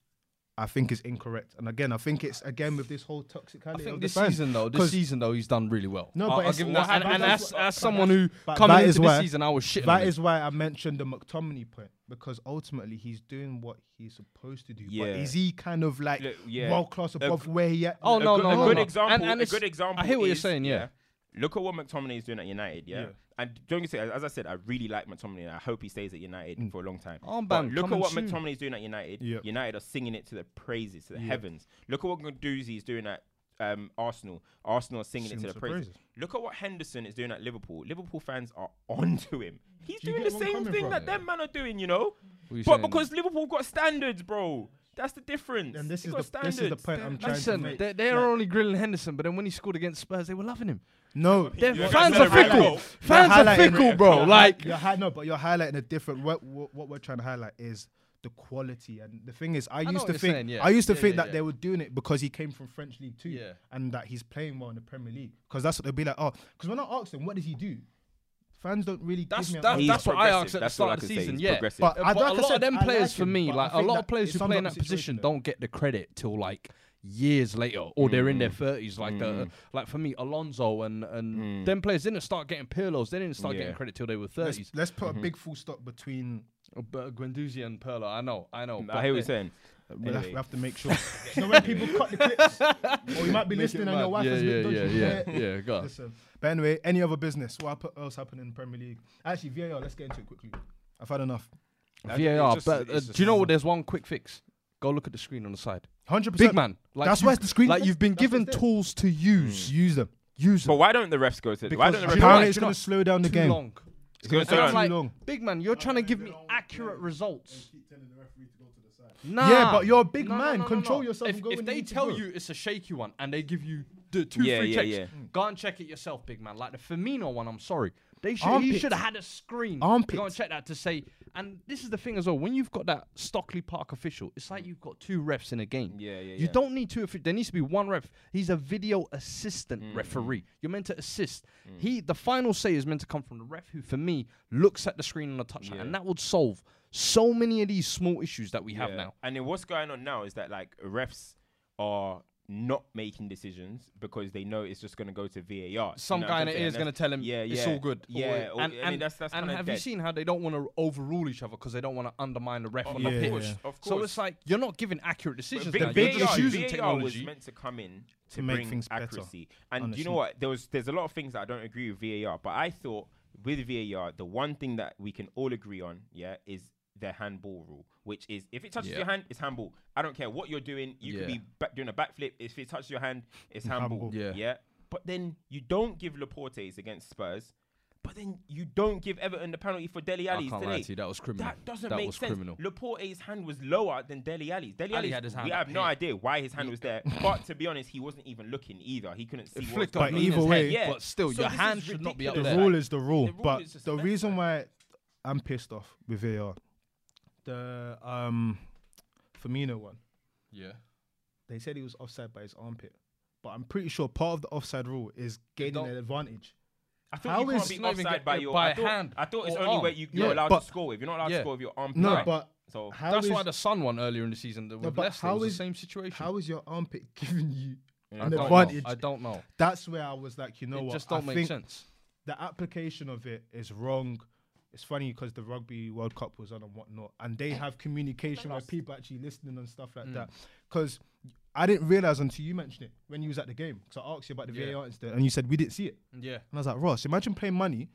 Speaker 1: I think is incorrect. And again, I think it's again with this whole
Speaker 2: I
Speaker 1: toxicality.
Speaker 2: think
Speaker 1: of
Speaker 2: this
Speaker 1: the fans.
Speaker 2: season though, this
Speaker 1: 'Cause-
Speaker 2: season though, he's done really well.
Speaker 1: No,
Speaker 2: I'll-
Speaker 1: but
Speaker 2: I'll
Speaker 1: it's-
Speaker 2: give him that.
Speaker 1: that's-
Speaker 2: And, and
Speaker 1: that's-
Speaker 2: as,
Speaker 1: that's-
Speaker 2: as someone who
Speaker 1: But
Speaker 2: coming
Speaker 1: that
Speaker 2: into
Speaker 1: is
Speaker 2: the
Speaker 1: why-
Speaker 2: season, I was shitting.
Speaker 1: That
Speaker 2: on him.
Speaker 1: is why I mentioned the McTominay point because ultimately he's doing what he's supposed to do.
Speaker 3: Yeah.
Speaker 1: But is he kind of like
Speaker 3: Look, yeah.
Speaker 1: world class above where he at?
Speaker 2: Oh,
Speaker 1: A
Speaker 2: no,
Speaker 3: a good,
Speaker 2: no,
Speaker 3: a
Speaker 2: no,
Speaker 3: good
Speaker 2: no.
Speaker 3: example.
Speaker 2: And- and
Speaker 3: a
Speaker 2: it's-
Speaker 3: good example.
Speaker 2: I hear what you're
Speaker 3: is,
Speaker 2: saying, yeah.
Speaker 3: Look at what McTominay is doing at United. Yeah. And don't get me- as I said, I really like McTominay. and I hope he stays at United for a long time.
Speaker 2: Armband
Speaker 3: But look at
Speaker 2: coming
Speaker 3: what
Speaker 2: soon.
Speaker 3: McTominay is doing at United.
Speaker 1: Yeah.
Speaker 3: United are singing it to the praises, to the heavens. Look at what Guendouzi is doing at um, Arsenal. Arsenal are singing it
Speaker 1: Singing
Speaker 3: to the praises.
Speaker 1: praises.
Speaker 3: Look at what Henderson is doing at Liverpool. Liverpool fans are onto him. He's
Speaker 1: Do you
Speaker 3: doing the
Speaker 1: get where I'm
Speaker 3: same
Speaker 1: coming
Speaker 3: thing
Speaker 1: from?
Speaker 3: that them man are doing, you know.
Speaker 2: What you
Speaker 3: But
Speaker 2: saying?
Speaker 3: because Liverpool got standards, bro. That's the difference.
Speaker 1: And this
Speaker 3: They
Speaker 1: is
Speaker 3: got
Speaker 1: the this is the
Speaker 3: standards.
Speaker 1: point I'm trying to
Speaker 2: Listen,
Speaker 1: make.
Speaker 2: they, they are only grilling Henderson, but then when he scored against Spurs, they were loving him.
Speaker 1: No,
Speaker 2: Their
Speaker 3: you're
Speaker 2: fans are
Speaker 3: gonna celebrate
Speaker 2: fickle.
Speaker 3: it.
Speaker 2: Fans are
Speaker 1: highlighting-
Speaker 2: fickle, bro.
Speaker 1: you're
Speaker 2: Like,
Speaker 1: hi- you're hi- no, but you're highlighting a different. What, what what we're trying to highlight is the quality, and the thing is, I,
Speaker 2: know
Speaker 1: used
Speaker 2: what
Speaker 1: to
Speaker 2: you're
Speaker 1: think
Speaker 2: saying, yeah.
Speaker 1: I used to
Speaker 2: Yeah,
Speaker 1: think
Speaker 2: yeah,
Speaker 1: that
Speaker 2: yeah.
Speaker 1: they were doing it because he came from French League Two,
Speaker 2: Yeah.
Speaker 1: and that he's playing well in the Premier League. Because that's what they'll be like. Oh, because when I asked them, what does he do? Fans don't really.
Speaker 2: that's
Speaker 1: give me an
Speaker 2: that's,
Speaker 1: answer.
Speaker 2: that's what I
Speaker 3: progressive.
Speaker 2: asked at the
Speaker 3: That's all I
Speaker 2: start of
Speaker 3: can
Speaker 2: the
Speaker 3: say,
Speaker 2: season.
Speaker 3: he's
Speaker 2: Yeah,
Speaker 3: progressive.
Speaker 1: But I-
Speaker 2: but a
Speaker 1: like I
Speaker 2: lot
Speaker 1: said,
Speaker 2: of them
Speaker 1: I
Speaker 2: players
Speaker 1: like
Speaker 2: for
Speaker 1: him,
Speaker 2: me,
Speaker 1: but I
Speaker 2: like a
Speaker 1: think
Speaker 2: lot
Speaker 1: that
Speaker 2: of players
Speaker 1: it
Speaker 2: who
Speaker 1: sums
Speaker 2: play
Speaker 1: up
Speaker 2: in
Speaker 1: the
Speaker 2: that
Speaker 1: situation,
Speaker 2: position
Speaker 1: though.
Speaker 2: don't get the credit till like years later, or they're in their thirties. Like the like for me, Alonso and and them players didn't start getting Pirlos. They didn't start getting
Speaker 3: Yeah.
Speaker 2: credit till they were
Speaker 1: Let's,
Speaker 2: thirties.
Speaker 1: let's put a big full stop between.
Speaker 2: But Guendouzi and Pirlo, I know, I know.
Speaker 3: I
Speaker 2: but
Speaker 3: hear what
Speaker 2: they-
Speaker 3: you're saying.
Speaker 1: We'll have,
Speaker 3: Anyway.
Speaker 1: we have to make sure. you know when people cut the clips, or you might be listening and your wife
Speaker 2: yeah,
Speaker 1: has
Speaker 2: yeah,
Speaker 1: been
Speaker 2: yeah,
Speaker 1: dodgy.
Speaker 2: yeah, yeah, go on.
Speaker 1: Listen, but anyway, any other business? What hap- else happened in the Premier League? Actually, VAR. Let's get into it quickly. I've had enough.
Speaker 2: VAR,
Speaker 3: just-
Speaker 2: but uh, do
Speaker 3: it's just-
Speaker 2: you know what? There's one quick fix. Go look at the screen on the side.
Speaker 1: Hundred percent.
Speaker 2: Big man. Like
Speaker 1: That's
Speaker 2: you-
Speaker 1: why it's the screen.
Speaker 2: Like you've been
Speaker 1: That's
Speaker 2: given
Speaker 1: what's there.
Speaker 2: tools to use.
Speaker 1: Mm. Use them.
Speaker 2: Use
Speaker 3: But
Speaker 2: them.
Speaker 3: why don't the refs go to? why don't the refs?
Speaker 2: you know
Speaker 1: apparently
Speaker 2: why?
Speaker 1: it's
Speaker 2: Do you know
Speaker 1: going to slow down the
Speaker 2: Too
Speaker 1: game.
Speaker 2: long.
Speaker 3: It's going
Speaker 2: And
Speaker 1: Sorry,
Speaker 2: I'm
Speaker 1: too
Speaker 3: to
Speaker 2: like,
Speaker 1: long.
Speaker 2: big man, you're trying to give me accurate results. Nah.
Speaker 1: Yeah, but you're a big
Speaker 2: No, no,
Speaker 1: man.
Speaker 2: no, no,
Speaker 1: Control
Speaker 2: no.
Speaker 1: yourself
Speaker 2: If,
Speaker 1: and go
Speaker 2: if
Speaker 1: when
Speaker 2: they
Speaker 1: need to
Speaker 2: tell
Speaker 1: go.
Speaker 2: you it's a shaky one and they give you the two
Speaker 3: Yeah,
Speaker 2: free
Speaker 3: yeah,
Speaker 2: checks,
Speaker 3: yeah.
Speaker 2: go and check it yourself, big man. Like the Firmino one, I'm sorry. They should, he
Speaker 1: Armpit.
Speaker 2: should have had a screen.
Speaker 1: Armpit.
Speaker 2: Go and check that to say. And this is the thing as well. When you've got that Stockley Park official, it's like you've got two refs in a game.
Speaker 3: Yeah, yeah,
Speaker 2: You
Speaker 3: yeah.
Speaker 2: don't need two. offi- There needs to be one ref. He's a video assistant
Speaker 3: Mm-hmm.
Speaker 2: referee. You're meant to assist.
Speaker 3: Mm.
Speaker 2: He, the final say is meant to come from the ref, who for me looks at the screen on the touchline, and that would solve so many of these small issues that we have now.
Speaker 3: And then what's going on now is that like refs are not making decisions because they know it's just going to go to VAR.
Speaker 2: some
Speaker 3: You know what
Speaker 2: guy
Speaker 3: I'm
Speaker 2: in it
Speaker 3: saying?
Speaker 2: is going to tell him
Speaker 3: Yeah, yeah.
Speaker 2: it's all good. or-
Speaker 3: Yeah, or-
Speaker 2: and,
Speaker 3: I
Speaker 2: and,
Speaker 3: mean, that's- that's
Speaker 2: and
Speaker 3: kinda
Speaker 2: have you
Speaker 3: dead.
Speaker 2: seen how they don't want to overrule each other because they don't want to undermine the ref on
Speaker 1: yeah,
Speaker 2: the
Speaker 1: yeah,
Speaker 2: pitch?
Speaker 1: yeah.
Speaker 3: Of
Speaker 2: So
Speaker 3: course.
Speaker 2: it's like you're not giving accurate decisions.
Speaker 3: V-
Speaker 2: now. You're just
Speaker 3: VAR
Speaker 2: using
Speaker 3: VAR was
Speaker 2: technology.
Speaker 3: meant to come in to,
Speaker 1: make
Speaker 3: bring
Speaker 1: things better,
Speaker 3: accuracy. and you
Speaker 1: honestly.
Speaker 3: know what? There was there's a lot of things that I don't agree with VAR, but I thought with VAR, the one thing that we can all agree on, yeah, is the handball rule, which is if it touches
Speaker 2: Yeah.
Speaker 3: your hand, it's handball. I don't care what you're doing. You
Speaker 2: Yeah.
Speaker 3: could be back doing a backflip. If it touches your hand, it's handball.
Speaker 1: Handball.
Speaker 2: Yeah.
Speaker 3: yeah. but then you don't give Laporte's against Spurs, but then you don't give Everton the penalty for Deli
Speaker 2: I
Speaker 3: Ali's
Speaker 2: can't lie to you.
Speaker 3: today.
Speaker 2: That was criminal.
Speaker 3: That doesn't
Speaker 2: that
Speaker 3: make
Speaker 2: was
Speaker 3: sense.
Speaker 2: criminal.
Speaker 3: Laporte's hand was lower than Deli Ali's. Deli
Speaker 2: Ali
Speaker 3: Ali's,
Speaker 2: had his hand
Speaker 3: we
Speaker 2: up
Speaker 3: have no
Speaker 2: here.
Speaker 3: idea why his hand was there. but to be honest, he wasn't even looking either. He couldn't see.
Speaker 2: It
Speaker 3: what
Speaker 2: flicked
Speaker 3: was
Speaker 1: But
Speaker 2: up
Speaker 3: going on.
Speaker 1: either
Speaker 2: Nunes'
Speaker 1: way-
Speaker 2: head,
Speaker 3: Yeah.
Speaker 2: but still,
Speaker 3: So
Speaker 2: your
Speaker 3: this
Speaker 2: hand
Speaker 3: is
Speaker 2: should not be up
Speaker 1: the
Speaker 3: ridiculous.
Speaker 2: there.
Speaker 1: rule is the rule,
Speaker 3: The rule
Speaker 1: but
Speaker 3: is just
Speaker 1: the
Speaker 3: left
Speaker 1: reason why I'm pissed off with VAR, the um, Firmino one,
Speaker 2: Yeah.
Speaker 1: they said he was offside by his armpit, but I'm pretty sure part of the offside rule is gaining
Speaker 2: don't-
Speaker 1: an advantage.
Speaker 3: I thought
Speaker 1: How
Speaker 3: you can't
Speaker 1: is-
Speaker 3: be
Speaker 2: not even
Speaker 3: offside
Speaker 2: get-
Speaker 3: by your
Speaker 2: by
Speaker 3: I thought,
Speaker 2: hand
Speaker 3: I thought it's
Speaker 2: or
Speaker 3: only
Speaker 2: arm.
Speaker 3: where you, you're
Speaker 1: Yeah,
Speaker 3: allowed
Speaker 1: but-
Speaker 3: to score with. You're not allowed to
Speaker 2: Yeah.
Speaker 3: score with your arm.
Speaker 1: No,
Speaker 3: right?
Speaker 1: but
Speaker 3: so
Speaker 1: how
Speaker 2: That's
Speaker 1: is-
Speaker 2: why the Sun won earlier in the season that
Speaker 1: No,
Speaker 2: with
Speaker 1: but
Speaker 2: Leicester. It
Speaker 1: how
Speaker 2: was
Speaker 1: is-
Speaker 2: the same situation.
Speaker 1: how is your armpit giving you
Speaker 2: I
Speaker 1: an
Speaker 2: don't
Speaker 1: advantage?
Speaker 2: know. I don't know.
Speaker 1: That's where I was like, you know
Speaker 2: It
Speaker 1: what?
Speaker 2: just
Speaker 1: I
Speaker 2: don't make
Speaker 1: think
Speaker 2: sense.
Speaker 1: the application of it is wrong. It's funny because the Rugby World Cup was on and whatnot, and they have communication where people actually listening and stuff
Speaker 2: Hmm.
Speaker 1: like that. Because I didn't realize until you mentioned it when you was at the game. Because I asked you about the
Speaker 2: Yeah.
Speaker 1: VAR instead, and you said we didn't see it.
Speaker 2: Yeah.
Speaker 1: And I was like, Ross, imagine paying money.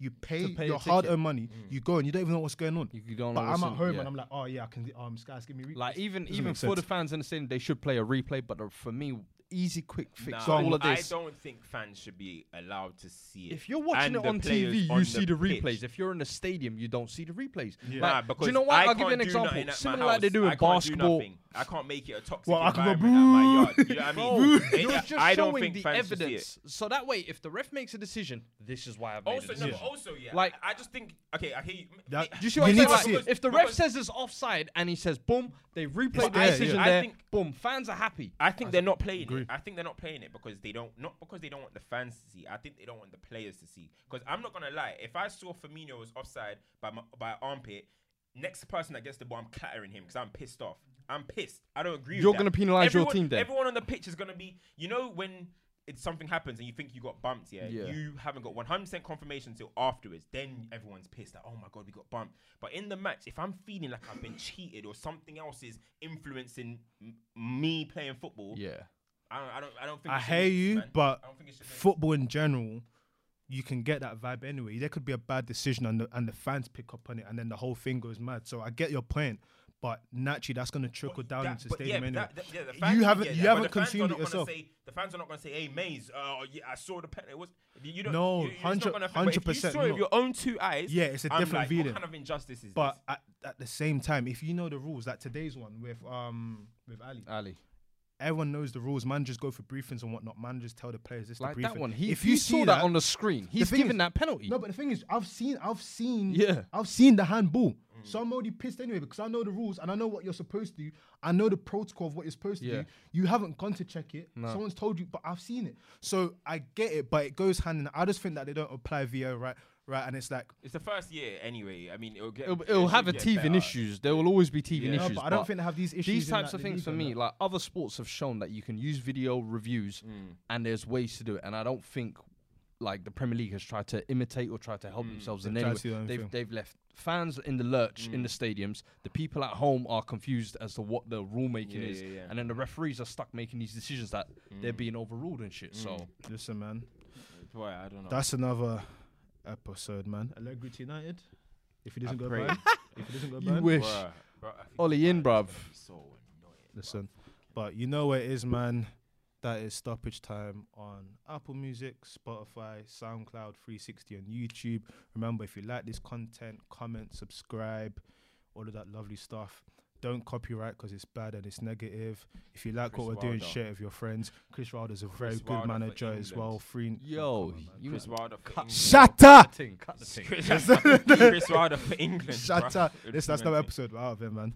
Speaker 1: You pay,
Speaker 2: pay
Speaker 1: your
Speaker 2: a
Speaker 1: hard-earned money.
Speaker 3: Mm.
Speaker 1: You go and you don't even know what's going on.
Speaker 2: You- you don't
Speaker 1: but
Speaker 2: know
Speaker 1: I'm
Speaker 2: what's
Speaker 1: at
Speaker 2: in-
Speaker 1: home
Speaker 2: yeah.
Speaker 1: and I'm like, oh yeah, I can. Um, guys, give me replays."
Speaker 2: Like even
Speaker 1: Doesn't
Speaker 2: even
Speaker 1: make
Speaker 2: for
Speaker 1: sense.
Speaker 2: the fans in the stadium, they should play a replay. But uh, for me, easy, quick fix.
Speaker 3: Nah,
Speaker 2: for all of
Speaker 3: I
Speaker 2: this.
Speaker 3: don't think fans should be allowed to see it.
Speaker 2: If you're watching
Speaker 3: And
Speaker 2: it
Speaker 3: the
Speaker 2: on
Speaker 3: players
Speaker 2: TV, you
Speaker 3: on
Speaker 2: see the
Speaker 3: pitch.
Speaker 2: replays. If you're in a stadium, you don't see the replays. Like,
Speaker 3: Nah,
Speaker 2: do
Speaker 3: because
Speaker 2: you know what?
Speaker 3: I
Speaker 2: I'll give you
Speaker 3: can't
Speaker 2: an
Speaker 3: do nothing
Speaker 2: example.
Speaker 3: at my
Speaker 2: Similar like
Speaker 3: house.
Speaker 2: they do
Speaker 3: I
Speaker 2: in
Speaker 3: can't do
Speaker 2: basketball.
Speaker 3: nothing. I can't make it a toxic
Speaker 1: Well, I can go
Speaker 3: environment at my yard.
Speaker 1: boo.
Speaker 3: You know what I
Speaker 2: Bro,
Speaker 3: mean? It-
Speaker 2: you're just
Speaker 3: I don't
Speaker 2: showing
Speaker 3: think
Speaker 2: the
Speaker 3: fans should see it.
Speaker 2: evidence. So that way, if the ref makes a decision, this is why I've made a
Speaker 3: Also, Oh, no,
Speaker 2: decision.
Speaker 3: but also, yeah.
Speaker 2: Like-
Speaker 3: Like, I just think. Okay, I hear you.
Speaker 1: That-
Speaker 3: Me-
Speaker 2: Do you see what I'm
Speaker 1: You
Speaker 2: saying?
Speaker 1: need to
Speaker 2: Like,
Speaker 1: see it.
Speaker 2: if the ref
Speaker 3: Because-
Speaker 2: says it's offside and he says boom, they replay
Speaker 1: But
Speaker 2: the
Speaker 1: I-
Speaker 2: decision
Speaker 1: yeah.
Speaker 3: I
Speaker 2: there.
Speaker 3: think-
Speaker 2: boom, fans are happy.
Speaker 3: I think they're not playing
Speaker 1: agree.
Speaker 3: it. I think they're not playing it because they don't not because they don't want the fans to see. I think they don't want the players to see. Because I'm not gonna lie, if I saw Firmino was offside by my by armpit, next person that gets the ball, I'm clattering him because I'm pissed off. I'm pissed. I don't agree.
Speaker 2: You're
Speaker 3: with
Speaker 2: gonna
Speaker 3: that.
Speaker 2: penalise your
Speaker 3: Everyone-
Speaker 2: team then.
Speaker 3: Everyone on the pitch is gonna be. You know when. It's something happens and you think you got bumped, yeah?
Speaker 2: Yeah.
Speaker 3: You haven't got 100% confirmation until afterwards. Then everyone's pissed, like, oh my God, we got bumped. But in the match, if I'm feeling like I've been cheated or something else is influencing m- me playing football,
Speaker 2: Yeah.
Speaker 3: I don't, I don't, I don't think.
Speaker 1: I
Speaker 3: it should
Speaker 1: hear
Speaker 3: be,
Speaker 1: you,
Speaker 3: man.
Speaker 1: but
Speaker 3: I don't think it should be.
Speaker 1: football in general, you can get that vibe anyway. There could be a bad decision and the, and the fans pick up on it, and then the whole thing goes mad. So I get your point, but naturally that's going to trickle
Speaker 3: But
Speaker 1: down
Speaker 3: that-
Speaker 1: into
Speaker 3: but yeah,
Speaker 1: stadium
Speaker 3: but
Speaker 1: anyway.
Speaker 3: that- that- yeah, the fans
Speaker 1: you
Speaker 3: will
Speaker 1: haven't
Speaker 3: get
Speaker 1: you
Speaker 3: that, but
Speaker 1: haven't
Speaker 3: the fans are
Speaker 1: consumed
Speaker 3: not
Speaker 1: it
Speaker 3: gonna
Speaker 1: yourself.
Speaker 3: Say, the fans are not going to say, "Hey, Mays, uh, yeah, I saw the pen." It was you, you don't.
Speaker 1: No,
Speaker 3: you, you're just not
Speaker 1: 100
Speaker 3: gonna affect- but if
Speaker 1: 100%
Speaker 3: You saw it
Speaker 1: not.
Speaker 3: with your own two eyes.
Speaker 1: Yeah, it's a
Speaker 3: I'm
Speaker 1: different
Speaker 3: like,
Speaker 1: feeling.
Speaker 3: What kind of injustice is
Speaker 1: But at, at the same time, if you know the rules, like today's one with um with Ali,
Speaker 2: Ali.
Speaker 1: everyone knows the rules. Managers go for briefings and whatnot. Managers tell the players this. is
Speaker 2: Like
Speaker 1: the
Speaker 2: that
Speaker 1: briefing.
Speaker 2: one. He,
Speaker 1: if
Speaker 2: if you saw
Speaker 1: see
Speaker 2: that, on the screen, he's
Speaker 1: thing
Speaker 2: given
Speaker 1: is-
Speaker 2: that penalty.
Speaker 1: No, but the thing is, I've seen, I've seen,
Speaker 2: Yeah.
Speaker 1: I've seen the handball. So I'm already pissed anyway because I know the rules and I know what you're supposed to do. I know the protocol of what you're supposed to
Speaker 2: Yeah.
Speaker 1: do. You haven't gone to check it. Someone's told you, but I've seen it. So I get it, but it goes hand in. I just think that they don't apply VO right, right, and it's like,
Speaker 3: It's the first year anyway. I mean, it'll get.
Speaker 2: it'll, it'll
Speaker 3: should
Speaker 2: have a
Speaker 3: get
Speaker 2: teething
Speaker 3: better.
Speaker 2: issues. There will always be teething
Speaker 3: Yeah.
Speaker 1: No,
Speaker 2: issues.
Speaker 1: but I don't think they have these issues
Speaker 2: These
Speaker 1: in,
Speaker 2: types
Speaker 1: like,
Speaker 2: of
Speaker 1: the
Speaker 2: things
Speaker 1: league
Speaker 2: for
Speaker 1: and
Speaker 2: me,
Speaker 1: that.
Speaker 2: like other sports have shown that you can use video reviews,
Speaker 1: Mm.
Speaker 2: and there's ways to do it. And I don't think like the Premier League has tried to imitate or try to help themselves in
Speaker 1: Mm. They've
Speaker 2: any
Speaker 1: tried
Speaker 2: way.
Speaker 1: to do their own
Speaker 2: They've
Speaker 1: thing. Mm.
Speaker 2: they've left fans in the lurch in the stadiums. The people at home are confused as to what the rule making
Speaker 3: Yeah,
Speaker 2: is,
Speaker 3: yeah, yeah.
Speaker 2: and then the referees are stuck making these decisions that they're
Speaker 1: Mm.
Speaker 2: being overruled and shit. So
Speaker 1: listen, man,
Speaker 3: Boy, I don't know.
Speaker 1: that's another episode, man. Allegri United. If it doesn't go
Speaker 3: pray.
Speaker 1: bad, if it doesn't go bad,
Speaker 2: wish
Speaker 3: Bruh, bruh, I think
Speaker 2: Ollie
Speaker 3: the
Speaker 2: in,
Speaker 3: fans are
Speaker 2: bruv.
Speaker 3: gonna be So annoying.
Speaker 1: Listen, but you know where it is, man. That is stoppage time on Apple Music, Spotify, SoundCloud, 360, and YouTube. Remember, if you like this content, comment, subscribe, all of that lovely stuff. Don't copyright because it's bad and it's negative. If you like
Speaker 3: Chris
Speaker 1: what we're doing,
Speaker 3: Wilder.
Speaker 1: share it with your friends. Chris Wilder's a very
Speaker 3: Chris
Speaker 1: good
Speaker 3: Wilder for
Speaker 1: manager as
Speaker 3: England.
Speaker 1: well. Free.
Speaker 2: yo, you
Speaker 3: Chris Wilder for England.
Speaker 1: Shut up!
Speaker 2: Cut the thing. Cut the thing.
Speaker 3: Chris Wilder for England.
Speaker 1: Shut
Speaker 3: bruh.
Speaker 1: up! This, that's no
Speaker 3: Implementing.
Speaker 1: episode. We're out of it, man.